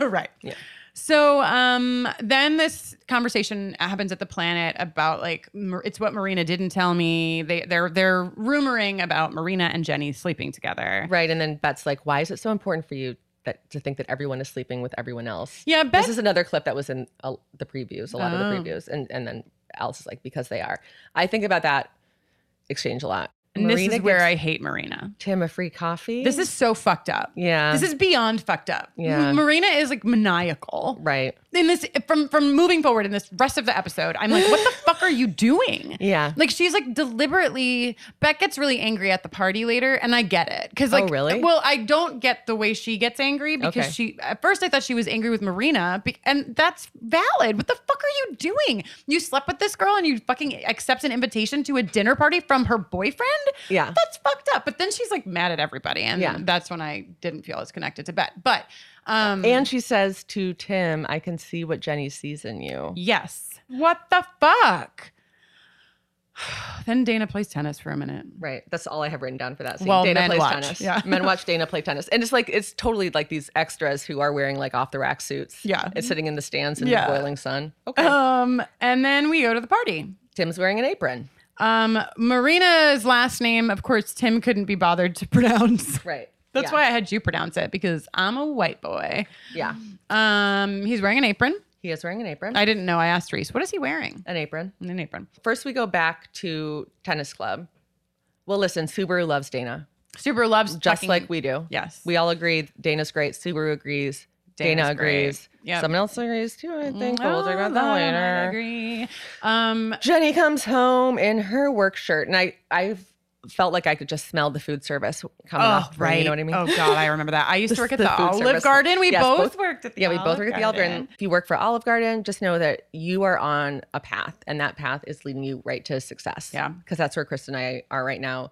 Speaker 1: right
Speaker 4: Yeah.
Speaker 1: so um then this conversation happens at the planet about like Mar- it's what marina didn't tell me they they're they're rumoring about marina and jenny sleeping together
Speaker 4: Right. And then Bet's like, why is it so important for you that to think that everyone is sleeping with everyone else?
Speaker 1: yeah
Speaker 4: This
Speaker 1: beth
Speaker 4: is another clip that was in uh, the previews, a lot
Speaker 1: Oh.
Speaker 4: of the previews. And, and then Alice is like, because they are. I think about that exchange a lot.
Speaker 1: and this is
Speaker 4: Marina
Speaker 1: where
Speaker 4: gives
Speaker 1: i hate marina
Speaker 4: Tim a free coffee.
Speaker 1: this is so fucked up
Speaker 4: yeah.
Speaker 1: this is beyond fucked up
Speaker 4: Yeah.
Speaker 1: marina is like maniacal
Speaker 4: right.
Speaker 1: in this from from moving forward in this rest of the episode i'm like what the fuck are you doing
Speaker 4: Yeah.
Speaker 1: Like she's like deliberately. Beck gets really angry at the party later, and I get it because
Speaker 4: Oh,
Speaker 1: like,
Speaker 4: really?
Speaker 1: Well, I don't get the way she gets angry because
Speaker 4: Okay.
Speaker 1: she at first I thought she was angry with Marina, be- and that's valid. What the fuck are you doing? You slept with this girl and you fucking accept an invitation to a dinner party from her boyfriend?
Speaker 4: Yeah.
Speaker 1: That's fucked up. But then she's like mad at everybody, and
Speaker 4: Yeah.
Speaker 1: that's when I didn't feel as connected to Bet. But um,
Speaker 4: And she says to Tim, I can see what Jenny sees in you.
Speaker 1: yes, what the fuck? then Dana plays tennis for a minute.
Speaker 4: Right. That's all I have written down for that scene.
Speaker 1: Well,
Speaker 4: Dana
Speaker 1: men
Speaker 4: plays
Speaker 1: watch.
Speaker 4: tennis.
Speaker 1: Yeah.
Speaker 4: men watch Dana play tennis. And it's like it's totally like these extras who are wearing like off the rack suits.
Speaker 1: Yeah.
Speaker 4: It's sitting in the stands in
Speaker 1: Yeah.
Speaker 4: the boiling sun. Okay.
Speaker 1: Um, and then we go to the party.
Speaker 4: Tim's wearing an apron.
Speaker 1: Um, Marina's last name, of course, Tim couldn't be bothered to pronounce.
Speaker 4: Right.
Speaker 1: That's
Speaker 4: Yeah.
Speaker 1: why I had you pronounce it because I'm a white boy.
Speaker 4: Yeah.
Speaker 1: Um, he's wearing an apron.
Speaker 4: He is wearing an apron.
Speaker 1: I didn't know. I asked Reese, what is he wearing?
Speaker 4: an apron.
Speaker 1: An apron.
Speaker 4: First we go back to tennis club. Well, listen, Subaru loves Dana.
Speaker 1: Super loves
Speaker 4: Just
Speaker 1: fucking-
Speaker 4: like we do.
Speaker 1: Yes.
Speaker 4: We all agree Dana's great. Subaru agrees.
Speaker 1: Dana's
Speaker 4: Dana agrees.
Speaker 1: great. Yep.
Speaker 4: Someone else agrees too, I think. but we'll talk
Speaker 1: Oh,
Speaker 4: about that
Speaker 1: I
Speaker 4: later.
Speaker 1: agree. Um,
Speaker 4: Jenny comes home in her work shirt, and I I felt like I could just smell the food service coming
Speaker 1: oh,
Speaker 4: off. the room,
Speaker 1: right.
Speaker 4: You know what I mean?
Speaker 1: Oh God, I remember that. I used to
Speaker 4: This-
Speaker 1: work at the,
Speaker 4: the food
Speaker 1: Olive
Speaker 4: service.
Speaker 1: Garden. We
Speaker 4: Yes,
Speaker 1: both,
Speaker 4: both-
Speaker 1: worked at the
Speaker 4: yeah, we
Speaker 1: Olive
Speaker 4: both work at the Olive Garden. If you work for Olive Garden, just know that you are on a path, and that path is leading you right to success.
Speaker 1: Yeah.
Speaker 4: because that's where Chris and I are right now,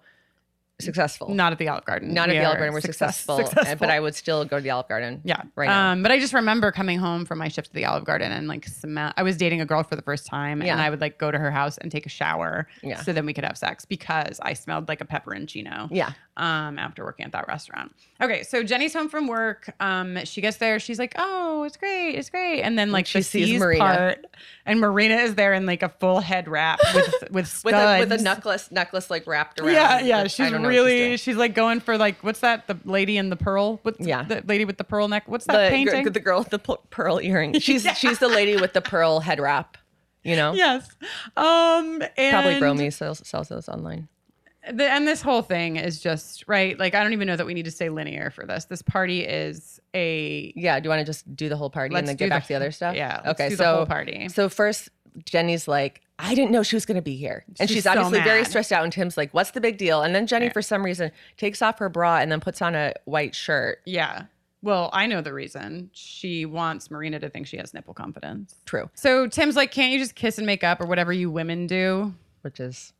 Speaker 4: successful.
Speaker 1: Not at the Olive Garden.
Speaker 4: Not
Speaker 1: We
Speaker 4: at the Olive
Speaker 1: are
Speaker 4: Garden. We're
Speaker 1: success-
Speaker 4: successful,
Speaker 1: successful.
Speaker 4: but I would still go to the Olive Garden.
Speaker 1: Yeah.
Speaker 4: right now.
Speaker 1: Um, but I just remember coming home from my shift to the Olive Garden and like smell. I was dating a girl for the first time,
Speaker 4: Yeah.
Speaker 1: and I would like go to her house and take a shower,
Speaker 4: Yeah.
Speaker 1: so then we could have sex because I smelled like a pepperoncino.
Speaker 4: yeah,
Speaker 1: Um, after working at that restaurant, Okay, so Jenny's home from work. Um, she gets there. She's like, "Oh, it's great, it's great." And then like
Speaker 4: she
Speaker 1: she the
Speaker 4: sees
Speaker 1: sees
Speaker 4: Marina.
Speaker 1: part, and Marina is there in like a full head wrap with with studs.
Speaker 4: with a, with a necklace necklace like wrapped around.
Speaker 1: Yeah, yeah.
Speaker 4: Like, I
Speaker 1: She's
Speaker 4: don't know what
Speaker 1: really
Speaker 4: doing.
Speaker 1: she's, like going for like what's that? The lady in the pearl with
Speaker 4: Yeah.
Speaker 1: the lady with the pearl neck. What's that
Speaker 4: the,
Speaker 1: painting?
Speaker 4: gr- the girl with the p- pearl earring. She's she's the lady with the pearl head wrap. You know,
Speaker 1: yes. Um and
Speaker 4: probably Bromi sells, sells those online.
Speaker 1: the, and this whole thing is just right. Like I don't even know that we need to stay linear for this. This party is a
Speaker 4: Yeah, do you want to just do the whole party
Speaker 1: Let's
Speaker 4: and then
Speaker 1: do
Speaker 4: get
Speaker 1: the-
Speaker 4: back to the other stuff?
Speaker 1: yeah. let's
Speaker 4: Okay.
Speaker 1: do
Speaker 4: so
Speaker 1: the whole party.
Speaker 4: so first, Jenny's like, I didn't know she was going to be here, and
Speaker 1: She's
Speaker 4: she's,
Speaker 1: so
Speaker 4: obviously very
Speaker 1: mad.
Speaker 4: stressed out. And Tim's like, "What's the big deal?" And then Jenny, for some reason, takes off her bra and then puts on a white shirt.
Speaker 1: Yeah. Well, I know the reason. She wants Marina to think she has nipple confidence.
Speaker 4: True,
Speaker 1: So Tim's like, can't you just kiss and make up or whatever you women do?
Speaker 4: which is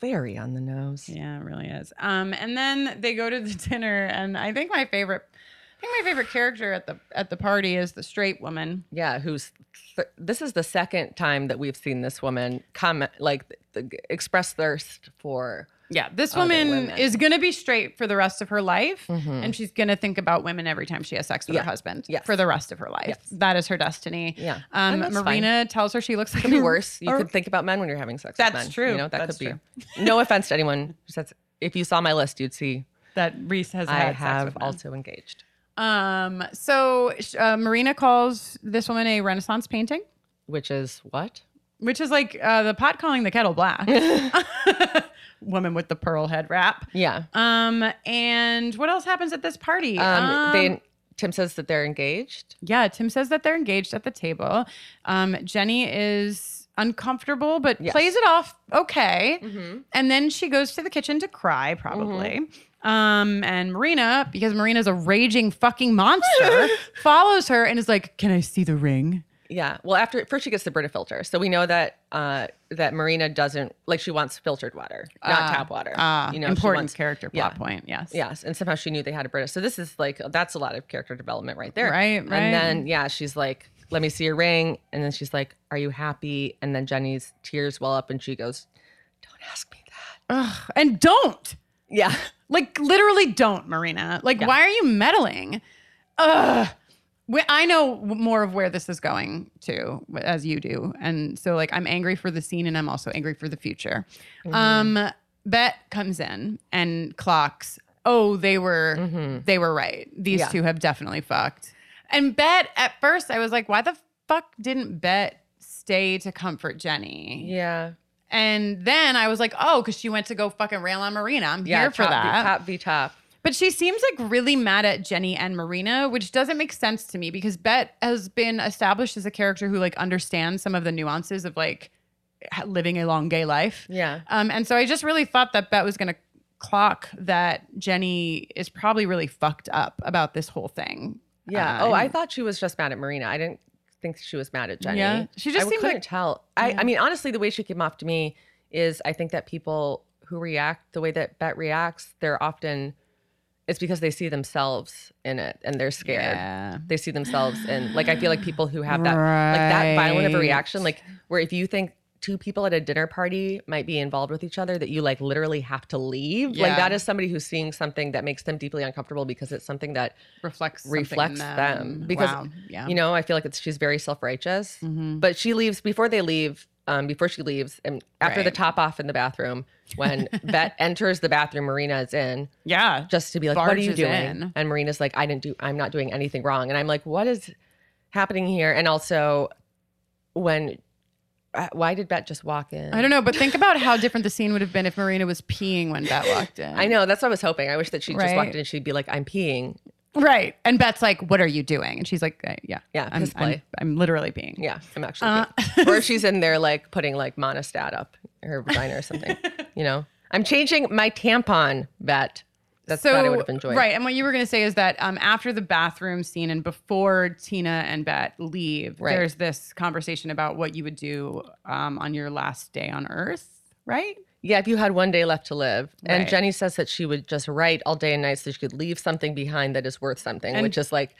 Speaker 4: very on the nose.
Speaker 1: Yeah, it really is. Um, and then they go to the dinner, and I think my favorite, I think my favorite character at the at the party is the straight woman.
Speaker 4: Yeah, who's th- this is the second time that we've seen this woman comment like th- th- express thirst for
Speaker 1: Yeah, this
Speaker 4: Other
Speaker 1: woman
Speaker 4: women.
Speaker 1: is gonna be straight for the rest of her life,
Speaker 4: Mhm.
Speaker 1: and she's gonna think about women every time she has sex with
Speaker 4: Yeah.
Speaker 1: her husband
Speaker 4: Yes.
Speaker 1: for the rest of her life.
Speaker 4: Yes.
Speaker 1: That is her destiny.
Speaker 4: yeah.
Speaker 1: Um,
Speaker 4: And that's
Speaker 1: Marina tells her she looks like
Speaker 4: Could be worse. You
Speaker 1: or-
Speaker 4: could think about men when you're having sex.
Speaker 1: That's
Speaker 4: with men.
Speaker 1: true.
Speaker 4: You know that
Speaker 1: That's
Speaker 4: could be. No offense to anyone. who says- if you saw my list, you'd see
Speaker 1: that Reese has
Speaker 4: I
Speaker 1: had sex
Speaker 4: have
Speaker 1: with men.
Speaker 4: also engaged.
Speaker 1: Um, so sh- uh, Marina calls this woman a Renaissance painting,
Speaker 4: Which is what?
Speaker 1: which is like uh, the pot calling the kettle black. woman with the pearl head wrap.
Speaker 4: Yeah.
Speaker 1: Um, and what else happens at this party?
Speaker 4: Um,
Speaker 1: Um,
Speaker 4: they Tim says that they're engaged.
Speaker 1: yeah, Tim says that they're engaged at the table. Um, Jenny is uncomfortable, but
Speaker 4: Yes.
Speaker 1: plays it off okay.
Speaker 4: Mm-hmm.
Speaker 1: And then she goes to the kitchen to cry, probably.
Speaker 4: Mm-hmm.
Speaker 1: Um, and Marina, because Marina's a raging fucking monster, follows her and is like, Can I see the ring?
Speaker 4: Yeah. Well, after first she gets the Brita filter, so we know that uh, that Marina doesn't like she wants filtered water, not
Speaker 1: Ah,
Speaker 4: tap water.
Speaker 1: Ah,
Speaker 4: you know, she
Speaker 1: important
Speaker 4: wants-
Speaker 1: character plot
Speaker 4: yeah.
Speaker 1: point. Yes.
Speaker 4: Yes, and somehow she knew they had a Brita. So this is like that's a lot of character development right there.
Speaker 1: Right, right.
Speaker 4: And then yeah, she's like, "Let me see your ring," and then she's like, "Are you happy?" And then Jenny's tears well up, and she goes, "Don't ask me that."
Speaker 1: Ugh. And don't,
Speaker 4: Yeah,
Speaker 1: like, literally don't, Marina. Like,
Speaker 4: Yeah.
Speaker 1: why are you meddling? Ugh. We- I know w- more of where this is going to, w- as you do. And so, like, I'm angry for the scene and I'm also angry for the future.
Speaker 4: Mm-hmm.
Speaker 1: Um, Bet comes in and clocks. Oh, they were they were right. These
Speaker 4: Mm-hmm. Yeah.
Speaker 1: two have definitely fucked. And Bet at first I was like, why the fuck didn't Bet stay to comfort Jenny?
Speaker 4: yeah,
Speaker 1: And then I was like, oh, because she went to go fucking rail on Marina. I'm
Speaker 4: yeah.
Speaker 1: here for
Speaker 4: top
Speaker 1: that.
Speaker 4: V, top v top.
Speaker 1: But she seems like really mad at Jenny and Marina, which doesn't make sense to me because Bet has been established as a character who like understands some of the nuances of like ha- living a long gay life.
Speaker 4: Yeah,
Speaker 1: Um, and so I just really thought that Bet was going to clock that Jenny is probably really fucked up about this whole thing.
Speaker 4: yeah.
Speaker 1: Uh,
Speaker 4: oh, I
Speaker 1: and-
Speaker 4: thought she was just mad at Marina. I didn't think she was mad at Jenny.
Speaker 1: Yeah. She just
Speaker 4: I
Speaker 1: seemed
Speaker 4: couldn't
Speaker 1: like-
Speaker 4: tell. I, I mean, honestly, the way she came off to me is I think that people who react the way that Bet reacts, they're often it's because they see themselves in it and they're scared.
Speaker 1: Yeah.
Speaker 4: They see themselves in like I feel like people who have that like that violent of a
Speaker 1: Right.
Speaker 4: reaction, like where if you think two people at a dinner party might be involved with each other that you like literally have to leave.
Speaker 1: Yeah.
Speaker 4: Like that is somebody who's seeing something that makes them deeply uncomfortable because it's something that
Speaker 1: Reflects something in
Speaker 4: reflects them. because
Speaker 1: Wow. yeah.
Speaker 4: you know I feel like it's she's very self righteous.
Speaker 1: Mhm.
Speaker 4: But she leaves before they leave. Um, before she leaves, and after the
Speaker 1: Right.
Speaker 4: top off in the bathroom, when Bet enters the bathroom, Marina is in
Speaker 1: yeah.
Speaker 4: just to be like, "What are you
Speaker 1: Barges
Speaker 4: doing?"
Speaker 1: in.
Speaker 4: And Marina's like, "I didn't do. I'm not doing anything wrong." And I'm like, "What is happening here?" And also, when uh, why did Bet just walk in?
Speaker 1: I don't know, but think about how different the scene would have been if Marina was peeing when Bet walked in.
Speaker 4: I know that's what I was hoping. I wish that she just
Speaker 1: Right.
Speaker 4: walked in and she'd be like, "I'm peeing."
Speaker 1: Right. And Bet's like, what are you doing? And she's like, "Uh, yeah.
Speaker 4: Yeah,
Speaker 1: I'm,
Speaker 4: piss play.
Speaker 1: I'm, I'm literally peeing.
Speaker 4: Yeah, I'm actually.
Speaker 1: Uh,
Speaker 4: good. or she's in there like putting like monostat up her vagina or something. You know, I'm changing my tampon bet. That's what I would have enjoyed.
Speaker 1: Right. And what you were going to say is that um, after the bathroom scene and before Tina and Bet leave,
Speaker 4: Right.
Speaker 1: there's this conversation about what you would do um, on your last day on Earth, right?
Speaker 4: Yeah, if you had one day left to live, and
Speaker 1: Right.
Speaker 4: Jenny says that she would just write all day and night so she could leave something behind that is worth something,
Speaker 1: And-
Speaker 4: which is like.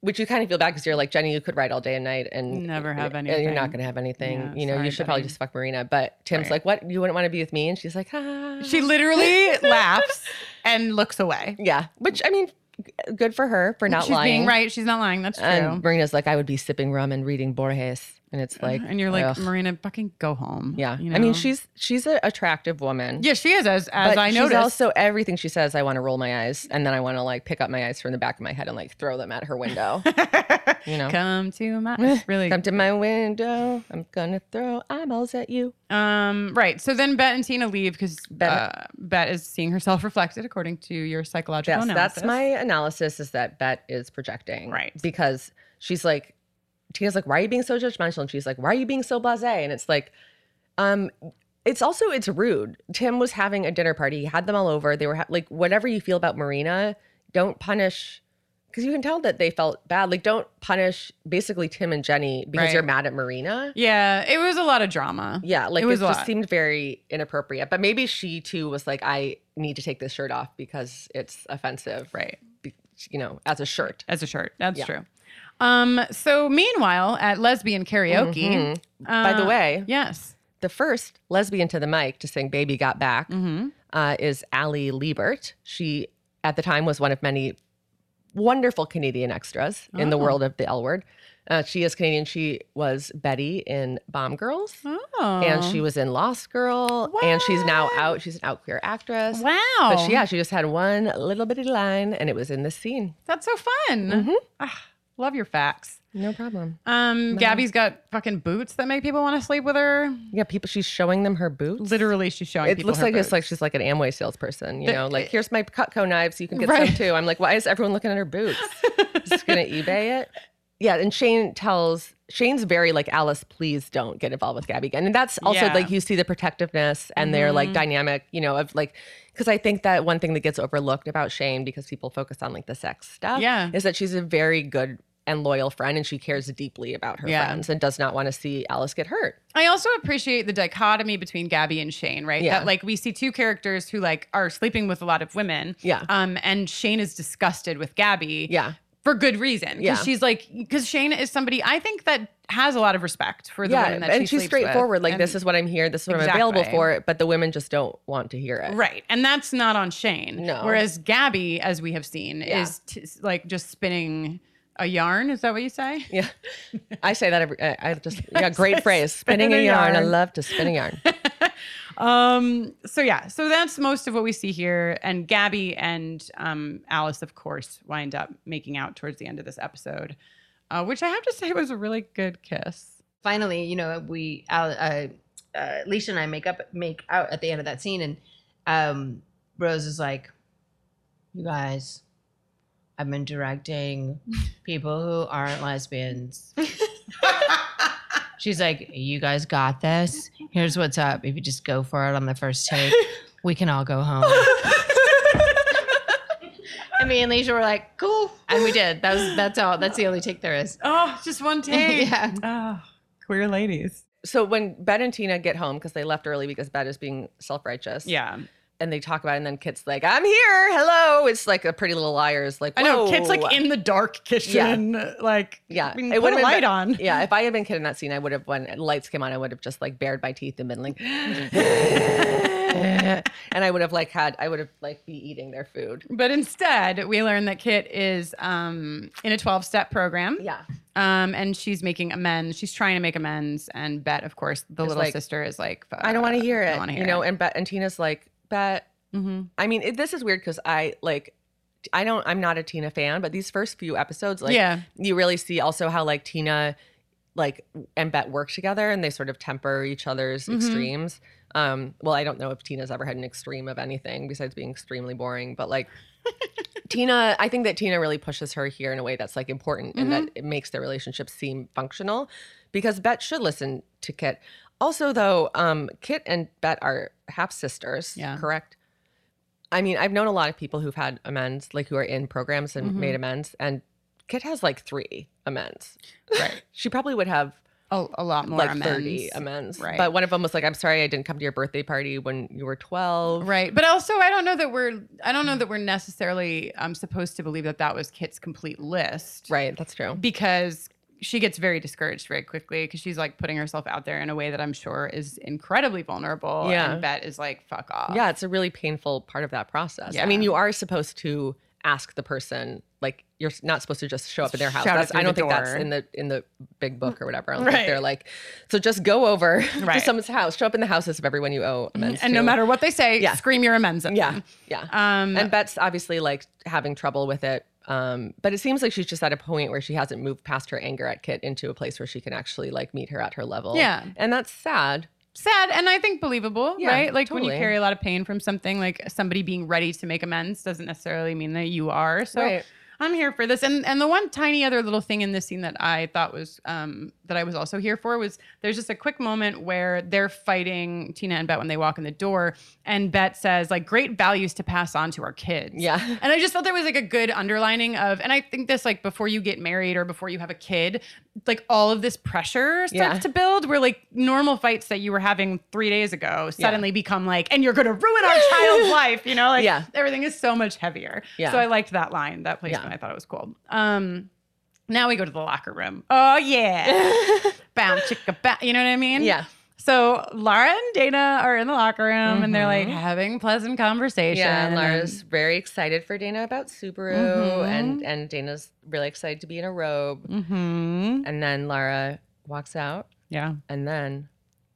Speaker 4: which you kind of feel bad because you're like Jenny, you could write all day and night and
Speaker 1: Never have
Speaker 4: and- and you're
Speaker 1: anything.
Speaker 4: not gonna have anything.
Speaker 1: Yeah,
Speaker 4: you know,
Speaker 1: sorry,
Speaker 4: you should probably
Speaker 1: buddy.
Speaker 4: just fuck Marina. But Tim's
Speaker 1: Right.
Speaker 4: like, what? You wouldn't want to be with me? And she's like, ah.
Speaker 1: She literally laughs and looks away.
Speaker 4: yeah. Which I mean, g- good for her for not
Speaker 1: She's
Speaker 4: lying.
Speaker 1: being right. She's not lying. That's true. Uh-huh.
Speaker 4: And Marina's like, I would be sipping rum and reading Borges, and it's like,
Speaker 1: and you're like,
Speaker 4: ugh.
Speaker 1: Marina, fucking go home.
Speaker 4: yeah.
Speaker 1: You
Speaker 4: I
Speaker 1: know?
Speaker 4: mean, she's she's an attractive woman.
Speaker 1: yeah, she is as as
Speaker 4: but
Speaker 1: I
Speaker 4: she's
Speaker 1: noticed.
Speaker 4: also everything she says, I want to roll my eyes, and then I want to like pick up my eyes from the back of my head and like throw them at her window. you know,
Speaker 1: Come to my it's really
Speaker 4: Come to my window. I'm gonna throw eyeballs at you.
Speaker 1: Um, right. So then Bet and Tina leave because Bet.
Speaker 4: Bet-
Speaker 1: is seeing herself reflected according to your psychological
Speaker 4: Yes,
Speaker 1: analysis.
Speaker 4: that's my analysis. Is that Bet is projecting,
Speaker 1: Right.
Speaker 4: Because she's like, Tina's like, why are you being so judgmental? And she's like, why are you being so blasé? And it's like, um, it's also it's rude. Tim was having a dinner party. He had them all over. They were ha- like, whatever you feel about Marina, don't punish. Because you can tell that they felt bad. Like, don't punish basically Tim and Jenny because
Speaker 1: Right.
Speaker 4: you're mad at Marina.
Speaker 1: Yeah, it was a lot of drama.
Speaker 4: Yeah, like
Speaker 1: It
Speaker 4: it,
Speaker 1: was a
Speaker 4: just
Speaker 1: lot.
Speaker 4: seemed very inappropriate. But maybe she too was like, I need to take this shirt off because it's offensive,
Speaker 1: Right.
Speaker 4: Be- you know, as a shirt.
Speaker 1: As a shirt. That's
Speaker 4: Yeah.
Speaker 1: true. Um, so meanwhile, at lesbian karaoke.
Speaker 4: Mhm. By the
Speaker 1: uh,
Speaker 4: way,
Speaker 1: Yes.
Speaker 4: the first lesbian to the mic to sing "Baby Got Back"
Speaker 1: Mm-hmm.
Speaker 4: uh, is Ali Liebert. She at the time was one of many wonderful Canadian extras in the
Speaker 1: Oh.
Speaker 4: world of the L word. Uh, she is Canadian. She was Betty in Bomb Girls.
Speaker 1: Oh.
Speaker 4: And she was in Lost Girl, and she's now
Speaker 1: What?
Speaker 4: out. She's an out queer actress.
Speaker 1: Wow.
Speaker 4: But she, yeah, she just had one little bitty line and it was in this scene.
Speaker 1: That's so fun.
Speaker 4: Mm-hmm.
Speaker 1: Ah, love your facts.
Speaker 4: No problem.
Speaker 1: Um, Gabby's got fucking boots that make people want to sleep with her.
Speaker 4: Yeah, people, she's showing them her boots.
Speaker 1: Literally, she's showing.
Speaker 4: It
Speaker 1: people
Speaker 4: looks
Speaker 1: her
Speaker 4: like
Speaker 1: boots.
Speaker 4: it's like she's like an Amway salesperson, you
Speaker 1: The-
Speaker 4: know, like here's my Cutco knives, you can get
Speaker 1: Right.
Speaker 4: some too. I'm like, why is everyone looking at her boots? just gonna eBay it. Yeah, and Shane tells Shane's very like Alice, please don't get involved with Gabby again. And that's also
Speaker 1: Yeah. Mm-hmm.
Speaker 4: like you see the protectiveness and their like dynamic, you know, of like because I think that one thing that gets overlooked about Shane because people focus on like the sex stuff,
Speaker 1: Yeah.
Speaker 4: is that she's a very good and loyal friend and she cares deeply about her
Speaker 1: Yeah.
Speaker 4: friends and does not want to see Alice get hurt.
Speaker 1: I also appreciate the dichotomy between Gabby and Shane, right?
Speaker 4: Yeah.
Speaker 1: That like we see two characters who like are sleeping with a lot of women.
Speaker 4: Yeah.
Speaker 1: Um, and Shane is disgusted with Gabby.
Speaker 4: Yeah.
Speaker 1: For good reason. Because
Speaker 4: Yeah.
Speaker 1: she's like because Shane is somebody I think that has a lot of respect for the women that
Speaker 4: and
Speaker 1: she
Speaker 4: she's
Speaker 1: sleeps with.
Speaker 4: straightforward. Like,
Speaker 1: And-
Speaker 4: this is what I'm here. This is what I'm available
Speaker 1: Exactly.
Speaker 4: for. But the women just don't want to hear it.
Speaker 1: Right. And that's not on Shane.
Speaker 4: No.
Speaker 1: Whereas Gabby, as we have seen,
Speaker 4: Yeah.
Speaker 1: is t- like just spinning a yarn. Is that what you say?
Speaker 4: Yeah, I say that every. I I just yeah, great phrase. Spinning
Speaker 1: Spinning
Speaker 4: a
Speaker 1: a
Speaker 4: yarn. I
Speaker 1: yarn.
Speaker 4: love to spin a yarn.
Speaker 1: Um, so yeah, so that's most of what we see here. And Gabby and um, Alice, of course, wind up making out towards the end of this episode, uh, which I have to say was a really good kiss.
Speaker 5: finally, you know, we Al, uh, uh, Leisha and I make up make out at the end of that scene, and um, Rose is like, "You guys, I've been directing people who aren't lesbians." She's like, "You guys got this. Here's what's up. If you just go for it on the first take, we can all go home." And me and Leisha were like, "Cool," and we did. That was that's all. That's the only take there is.
Speaker 1: Oh, just one take.
Speaker 5: yeah.
Speaker 1: Oh, queer ladies.
Speaker 4: So when Bet and Tina get home because they left early because Bet is being self righteous.
Speaker 1: Yeah.
Speaker 4: and they talk about it, and then Kit's like, "I'm here. Hello." It's like a Pretty Little Liars. Like
Speaker 1: I know.
Speaker 4: whoa.
Speaker 1: Kids like in the dark kitchen, uh, like
Speaker 4: Yeah,
Speaker 1: I mean,
Speaker 4: it
Speaker 1: put a
Speaker 4: would've been
Speaker 1: light
Speaker 4: be-
Speaker 1: on.
Speaker 4: Yeah, if I had been kid in that scene, I would have when lights came on, I would have just like bared my teeth and been like, and I would have like had, I would have like be eating their food.
Speaker 1: But instead, we learn that Kit is um, in a 12 step program.
Speaker 4: Yeah,
Speaker 1: Um, and she's making amends. She's trying to make amends. And Bet, of course, the
Speaker 4: Is
Speaker 1: little
Speaker 4: like,
Speaker 1: sister is like,
Speaker 4: I don't want to hear
Speaker 1: I
Speaker 4: it.
Speaker 1: don't wanna
Speaker 4: you
Speaker 1: hear
Speaker 4: know,
Speaker 1: it.
Speaker 4: and Bet and Tina's like, Bet.
Speaker 1: hmm
Speaker 4: I mean, it, this is weird because I like, I don't, I'm not a Tina fan, but these first few episodes, like,
Speaker 1: yeah,
Speaker 4: you really see also how like Tina like and Bet work together and they sort of temper each other's
Speaker 1: Mhm.
Speaker 4: extremes. Um, well, I don't know if Tina's ever had an extreme of anything besides being extremely boring, but like Tina, I think that Tina really pushes her here in a way that's like important and that it makes their relationship seem functional because Bet should listen to Kit. Also, though, um, Kit and Bet are half sisters,
Speaker 1: Yeah.
Speaker 4: correct? I mean, I've known a lot of people who've had amends, like who are in programs and
Speaker 1: Mhm.
Speaker 4: made amends, and Kit has like three amends.
Speaker 1: right.
Speaker 4: She probably would have
Speaker 1: a, a lot more
Speaker 4: like
Speaker 1: amends.
Speaker 4: 30 amends.
Speaker 1: Right.
Speaker 4: But one of them was like, I'm sorry I didn't come to your birthday party when you were 12.
Speaker 1: Right. But also, I don't know that we're I don't know that we're necessarily um, supposed to believe that that was Kit's complete list.
Speaker 4: Right, that's true.
Speaker 1: Because she gets very discouraged very quickly because she's like putting herself out there in a way that I'm sure is incredibly vulnerable.
Speaker 4: Yeah.
Speaker 1: And Bet is like, fuck off.
Speaker 4: Yeah, it's a really painful part of that process.
Speaker 1: Yeah.
Speaker 4: I mean, you are supposed to ask the person, like you're not supposed to just show up at their house.
Speaker 1: Shout it
Speaker 4: That's,
Speaker 1: through
Speaker 4: I don't
Speaker 1: the
Speaker 4: think that's
Speaker 1: door.
Speaker 4: in the in the big book or whatever. I don't think
Speaker 1: Right.
Speaker 4: they're like, so just go over to
Speaker 1: Right. Mm-hmm.
Speaker 4: someone's house, show up in the houses of everyone you owe amends.
Speaker 1: And no
Speaker 4: to.
Speaker 1: matter what they say,
Speaker 4: Yeah.
Speaker 1: scream your amends at
Speaker 4: Yeah.
Speaker 1: them.
Speaker 4: Yeah.
Speaker 1: Um,
Speaker 4: and Bet's obviously like having trouble with it. Um, but it seems like she's just at a point where she hasn't moved past her anger at Kit into a place where she can actually like meet her at her level.
Speaker 1: Yeah.
Speaker 4: And that's sad.
Speaker 1: sad and I think believable,
Speaker 4: Yeah,
Speaker 1: right? Like when
Speaker 4: totally.
Speaker 1: you carry a lot of pain from something, like somebody being ready to make amends doesn't necessarily mean that you are. So I'm here for this. And and the one tiny other little thing in this scene that I thought was um that I was also here for was there's just a quick moment where they're fighting Tina and Bet when they walk in the door, and Bet says like great values to pass on to our kids.
Speaker 4: Yeah.
Speaker 1: And I just felt there was like a good underlining of, and I think this like before you get married or before you have a kid, like all of this pressure starts
Speaker 4: Yeah.
Speaker 1: to build where like normal fights that you were having three days ago suddenly become like, and you're gonna ruin our child's life, you know? Like
Speaker 4: Yeah.
Speaker 1: everything is so much heavier.
Speaker 4: Yeah.
Speaker 1: So I liked that line, that placement.
Speaker 4: Yeah.
Speaker 1: I thought it was cool. Um now we go to the locker room. Oh yeah. bound chicka bound. You know what I mean?
Speaker 4: Yeah.
Speaker 1: So Lara and Dana are in the locker room and they're like
Speaker 4: Mhm.
Speaker 1: having pleasant conversation.
Speaker 4: Yeah, and
Speaker 1: and
Speaker 4: Lara's very excited for Dana about Subaru, and and Dana's really excited to be in a robe.
Speaker 1: Mm-hmm.
Speaker 4: And then Lara walks out,
Speaker 1: Yeah,
Speaker 4: and then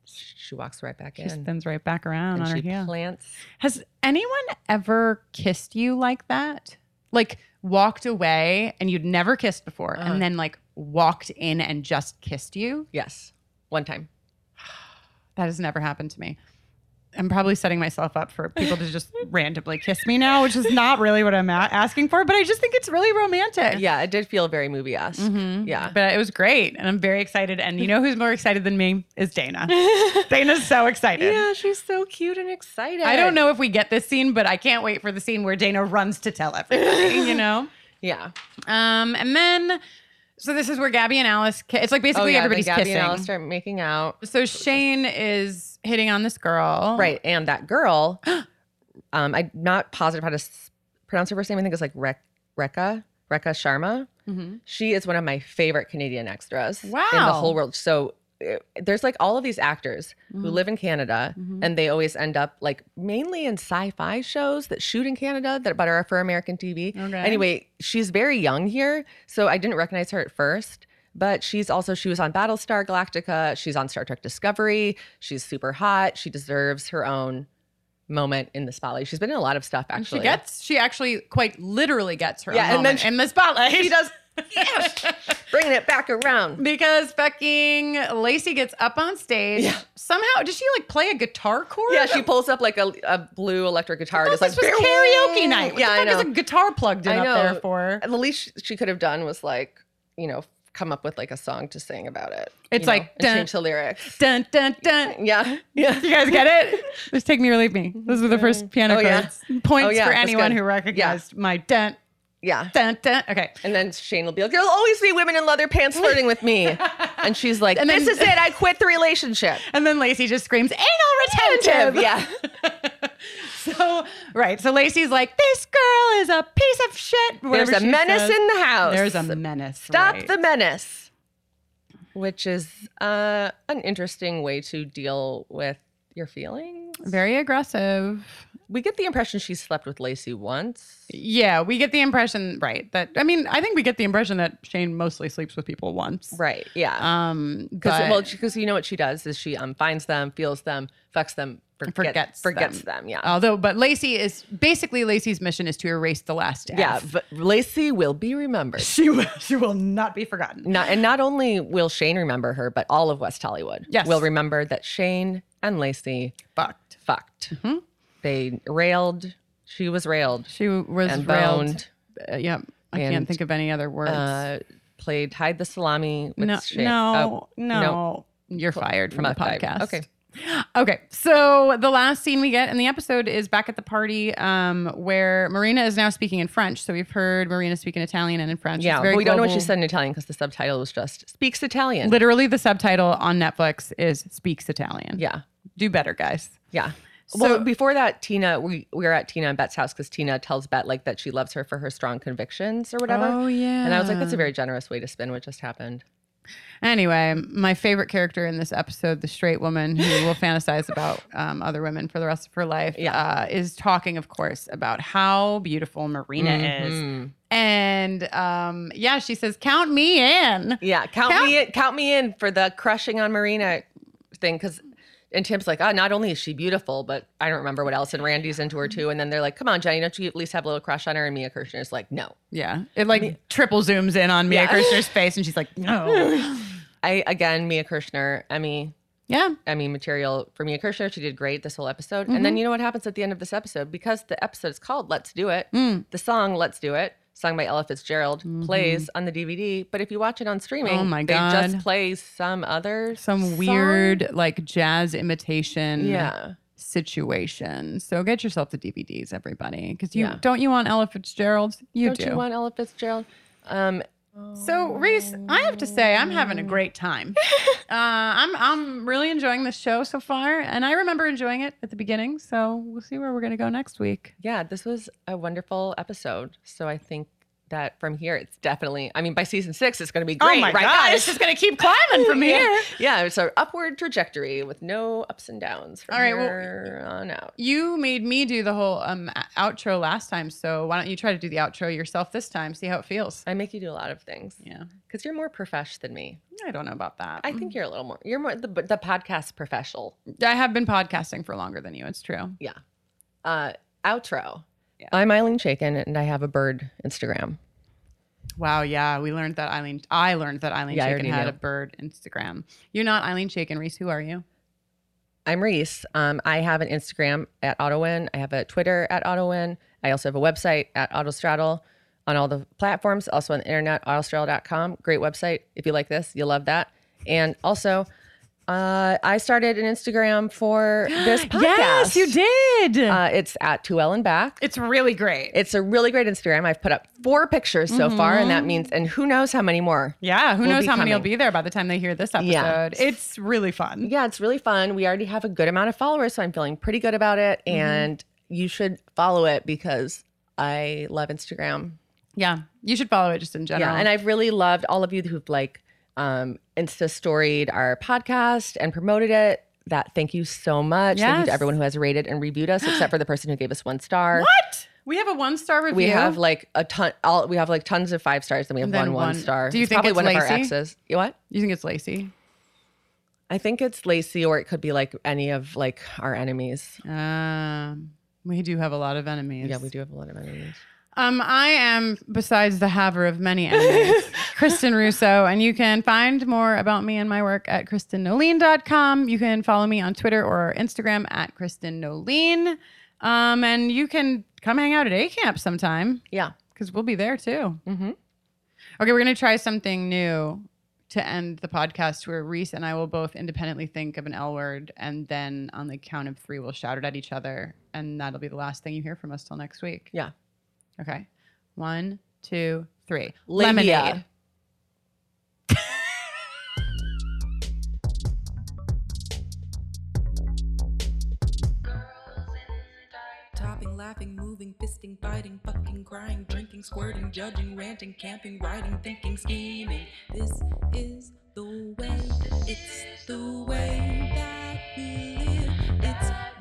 Speaker 4: she walks right back
Speaker 1: she
Speaker 4: in,
Speaker 1: spins right back around
Speaker 4: and
Speaker 1: on her
Speaker 4: she
Speaker 1: heel.
Speaker 4: plants.
Speaker 1: Has anyone ever kissed you like that? Like walked away and you'd never kissed before,
Speaker 4: Uh-huh.
Speaker 1: and then like walked in and just kissed you?
Speaker 4: Yes, one time.
Speaker 1: That has never happened to me. I'm probably setting myself up for people to just randomly kiss me now, which is not really what I'm a- asking for, but I just think it's really romantic.
Speaker 4: Yeah, it did feel very movie esque.
Speaker 1: Mhm.
Speaker 4: Yeah.
Speaker 1: But it was great. And I'm very excited. And you know who's more excited than me? Is Dana. Dana's so excited.
Speaker 4: Yeah, she's so cute and excited.
Speaker 1: I don't know if we get this scene, but I can't wait for the scene where Dana runs to tell everybody, you know?
Speaker 4: Yeah,
Speaker 1: Um, and then, so this is where Gabby and Alice, ki- it's like
Speaker 4: Oh,
Speaker 1: basically
Speaker 4: yeah, then
Speaker 1: everybody's
Speaker 4: Gabby
Speaker 1: kissing.
Speaker 4: and Alice start making out.
Speaker 1: so Shane is hitting on this girl.
Speaker 4: Right, and that girl, um, I'm not positive how to s- pronounce her first name. I think it's like Rek- Rekha, Rekha Sharma.
Speaker 1: hmm
Speaker 4: She is one of my favorite Canadian extras in the
Speaker 1: Wow.
Speaker 4: whole world. So uh, there's like all of these actors who
Speaker 1: Mhm.
Speaker 4: live in Canada
Speaker 1: Mhm.
Speaker 4: and they always end up like mainly in sci-fi shows that shoot in Canada that but are for American TV.
Speaker 1: Okay.
Speaker 4: Anyway, she's very young here, so I didn't recognize her at first. But she's also she was on Battlestar Galactica, she's on Star Trek Discovery, she's super hot, she deserves her own moment in the spotlight. She's been in a lot of stuff
Speaker 1: And
Speaker 4: actually.
Speaker 1: she gets, she actually quite literally gets her
Speaker 4: Yeah,
Speaker 1: own
Speaker 4: and then
Speaker 1: moment
Speaker 4: she-
Speaker 1: in the spotlight.
Speaker 4: she does bringing it back around.
Speaker 1: Because fucking Lacey gets up on stage.
Speaker 4: Yeah.
Speaker 1: Somehow, does she like play a guitar chord?
Speaker 4: Yeah, she pulls up like a, a blue electric guitar.
Speaker 1: I
Speaker 4: and
Speaker 1: thought
Speaker 4: it's like
Speaker 1: this was karaoke night. What
Speaker 4: yeah,
Speaker 1: the fuck
Speaker 4: I
Speaker 1: is a
Speaker 4: know.
Speaker 1: guitar plugged in
Speaker 4: I
Speaker 1: up there
Speaker 4: know.
Speaker 1: for?
Speaker 4: The least she- she could have done was like, you know, come up with like a song to sing about it.
Speaker 1: It's
Speaker 4: you know,
Speaker 1: like,
Speaker 4: and
Speaker 1: dun-
Speaker 4: change the lyrics.
Speaker 1: Dun dun dun.
Speaker 4: Yeah, yeah,
Speaker 1: You guys get it? Just take me or leave me. Those were the first piano
Speaker 4: Oh, yeah.
Speaker 1: chords. Points
Speaker 4: Oh, yeah,
Speaker 1: for
Speaker 4: that's
Speaker 1: anyone
Speaker 4: good.
Speaker 1: who recognized my dun
Speaker 4: yeah.
Speaker 1: dun dun. Okay.
Speaker 4: And then Shane will be like, "There'll always be women in leather pants flirting with me," and she's like,
Speaker 1: And then-
Speaker 4: "This is it. I quit the relationship."
Speaker 1: And then Lacey just screams, anal retentive.
Speaker 4: Yeah,
Speaker 1: So right. So Lacey's like, this girl is a piece of shit.
Speaker 4: there's
Speaker 1: whatever
Speaker 4: a
Speaker 1: she
Speaker 4: menace
Speaker 1: says.
Speaker 4: in the house.
Speaker 1: There's a menace.
Speaker 4: stop
Speaker 1: right.
Speaker 4: the menace, which is uh, an interesting way to deal with your feelings.
Speaker 1: very aggressive.
Speaker 4: We get the impression she slept with Lacey once.
Speaker 1: Yeah, we get the impression, right? That I mean, I think we get the impression that Shane mostly sleeps with people once,
Speaker 4: Right. Yeah.
Speaker 1: Um,
Speaker 4: Because
Speaker 1: but-
Speaker 4: well, because you know what she does is she um finds them, feels them, fucks them, forgets
Speaker 1: Forgets
Speaker 4: forgets,
Speaker 1: them. Um,
Speaker 4: them. Yeah.
Speaker 1: although, but Lacey is basically Lacey's mission is to erase the last. F.
Speaker 4: yeah. But Lacey will be remembered.
Speaker 1: she will, she will not be forgotten.
Speaker 4: Not, and not only will Shane remember her, but all of West Hollywood
Speaker 1: Yes.
Speaker 4: will remember that Shane and Lacey
Speaker 1: Fucked.
Speaker 4: fucked. They railed. She was railed
Speaker 1: She was railed.
Speaker 4: and boned.
Speaker 1: Uh, yep, I can't
Speaker 4: And,
Speaker 1: think of any other words.
Speaker 4: Uh, played hide the salami with
Speaker 1: no,
Speaker 4: Shane.
Speaker 1: no,
Speaker 4: Oh,
Speaker 1: no, You're fired from the
Speaker 4: not fired.
Speaker 1: podcast.
Speaker 4: Okay.
Speaker 1: Okay, so the last scene we get in the episode is back at the party um, where Marina is now speaking in French. So we've heard Marina speak in Italian and in French. It's
Speaker 4: yeah,
Speaker 1: very
Speaker 4: but we don't know what she
Speaker 1: global.
Speaker 4: said in Italian because the subtitle was just speaks Italian.
Speaker 1: Literally, the subtitle on Netflix is "Speaks Italian."
Speaker 4: yeah,
Speaker 1: do better, guys.
Speaker 4: yeah.
Speaker 1: So-
Speaker 4: well, before that, Tina, we, we were at Tina and Bet's house because Tina tells Bet like that she loves her for her strong convictions or whatever.
Speaker 1: Oh, yeah.
Speaker 4: And I was like, that's a very generous way to spin what just happened.
Speaker 1: Anyway, my favorite character in this episode, the straight woman who will fantasize about um, other women for the rest of her life,
Speaker 4: Yeah.
Speaker 1: uh, is talking, of course, about how beautiful Marina is.
Speaker 4: Mhm.
Speaker 1: And um, yeah, she says, Count me in.
Speaker 4: Yeah, count,
Speaker 1: Count-
Speaker 4: me in, count me in for the crushing on Marina thing because. And Tim's like, oh, not only is she beautiful, but I don't remember what else. And Randy's into her too. And then they're like, come on, Jenny, don't you at least have a little crush on her? And Mia Kirshner's like, no.
Speaker 1: Yeah. It like triple zooms in on Mia
Speaker 4: Yeah.
Speaker 1: Kirshner's face and she's like, no.
Speaker 4: I again, Mia Kirshner, Emmy,
Speaker 1: yeah.
Speaker 4: Emmy material for Mia Kirshner. She did great this whole episode. And
Speaker 1: Mm-hmm.
Speaker 4: then you know what happens at the end of this episode because the episode is called "Let's Do It."
Speaker 1: Mm. Mm-hmm.
Speaker 4: The song "Let's Do It," sung by Ella Fitzgerald, plays on the DVD. But if you watch it on streaming,
Speaker 1: Oh my
Speaker 4: they
Speaker 1: God.
Speaker 4: just play some other
Speaker 1: Some
Speaker 4: song.
Speaker 1: weird like jazz imitation
Speaker 4: Yeah,
Speaker 1: situation. So get yourself the DVDs, everybody. Because you
Speaker 4: Yeah.
Speaker 1: don't you want Ella Fitzgerald's? You
Speaker 4: don't
Speaker 1: do.
Speaker 4: you want Ella Fitzgerald? Um,
Speaker 1: So Reese, I have to say I'm having a great time. uh, I'm I'm really enjoying this show so far, and I remember enjoying it at the beginning. So we'll see where we're gonna go next week.
Speaker 4: yeah, this was a wonderful episode. So I think that from here, it's definitely. I mean, by season six, it's going to
Speaker 1: Oh
Speaker 4: be great. right?
Speaker 1: it's just gonna keep climbing from here.
Speaker 4: Yeah, it's an upward trajectory with no ups and downs from
Speaker 1: All right, well-
Speaker 4: here on out.
Speaker 1: You made me do the whole um a- outro last time, so why don't you try to do the outro yourself this time? See how it feels.
Speaker 4: I make you do a lot of things
Speaker 1: Yeah, Mm-hmm.
Speaker 4: because you're more profesh than me.
Speaker 1: I don't know about that.
Speaker 4: I think you're a little more. You're more the the podcast professional.
Speaker 1: Mm, I have been podcasting for longer than you. It's true.
Speaker 4: Uh, outro.
Speaker 1: Yeah.
Speaker 4: I'm Eileen Shaken, and I have a bird Instagram.
Speaker 1: Wow, yeah, we learned that Eileen. I learned that Eileen
Speaker 4: Yeah, I
Speaker 1: Shaken
Speaker 4: already
Speaker 1: had
Speaker 4: knew.
Speaker 1: a bird Instagram. You're not Eileen Shaken, Reese. Who are you?
Speaker 4: I'm Reese. Um, I have an Instagram at AutoWin. I have a Twitter at AutoWin. I also have a website at AutoStraddle on all the platforms, also on the internet, autostraddle.com. Great website. If you like this, you'll love that. And also, uh, I started an Instagram for this podcast.
Speaker 1: Yes, you did.
Speaker 4: Uh, it's at Two Ellen Back.
Speaker 1: It's really great.
Speaker 4: It's a really great Instagram. I've put up four pictures
Speaker 1: Mm-hmm.
Speaker 4: so far, and that means, and who knows how many more.
Speaker 1: yeah, who
Speaker 4: will
Speaker 1: knows
Speaker 4: be
Speaker 1: how many will
Speaker 4: coming.
Speaker 1: be there by the time they hear this episode?
Speaker 4: Yeah.
Speaker 1: It's really fun.
Speaker 4: Yeah, it's really fun. We already have a good amount of followers, so I'm feeling pretty good about it.
Speaker 1: Mm-hmm.
Speaker 4: And you should follow it because I love Instagram.
Speaker 1: Yeah, you should follow it just in general.
Speaker 4: Yeah, and I've really loved all of you who've like um, Insta storied our podcast and promoted it. That thank you so much. Thank you to
Speaker 1: Yes.
Speaker 4: everyone who has rated and reviewed us, except for the person who gave us one star.
Speaker 1: what? We have a one star review.
Speaker 4: We have like a ton. All we have like tons of five stars, and we have
Speaker 1: And then
Speaker 4: one one
Speaker 1: one-
Speaker 4: star.
Speaker 1: Do you
Speaker 4: It's
Speaker 1: think
Speaker 4: probably
Speaker 1: it's
Speaker 4: one of our
Speaker 1: Lacey?
Speaker 4: exes? You what?
Speaker 1: you think it's Lacey?
Speaker 4: I think it's Lacey, or it could be like any of like our enemies.
Speaker 1: Um, we do have a lot of enemies.
Speaker 4: Yeah, we do have a lot of enemies.
Speaker 1: Um, I am, besides the haver of many enemies, Kristen Russo, and you can find more about me and my work at KristenNoline.com. You can follow me on Twitter or Instagram at KristenNoline. Um, and you can come hang out at A Camp sometime
Speaker 4: Yeah.
Speaker 1: because we'll be there too.
Speaker 4: Mhm.
Speaker 1: Okay, we're going to try something new to end the podcast where Reese and I will both independently think of an L word and then on the count of three, we'll shout it at each other. And that'll be the last thing you hear from us till next week.
Speaker 4: Yeah.
Speaker 1: Okay. One, two, three.
Speaker 4: Labia.
Speaker 1: Lemonade.
Speaker 3: Topping, laughing, moving, fisting, biting, bucking, crying, drinking, squirting, judging, ranting, camping, writing, thinking, scheming. This is the way. It's the way that we live. It's Oh,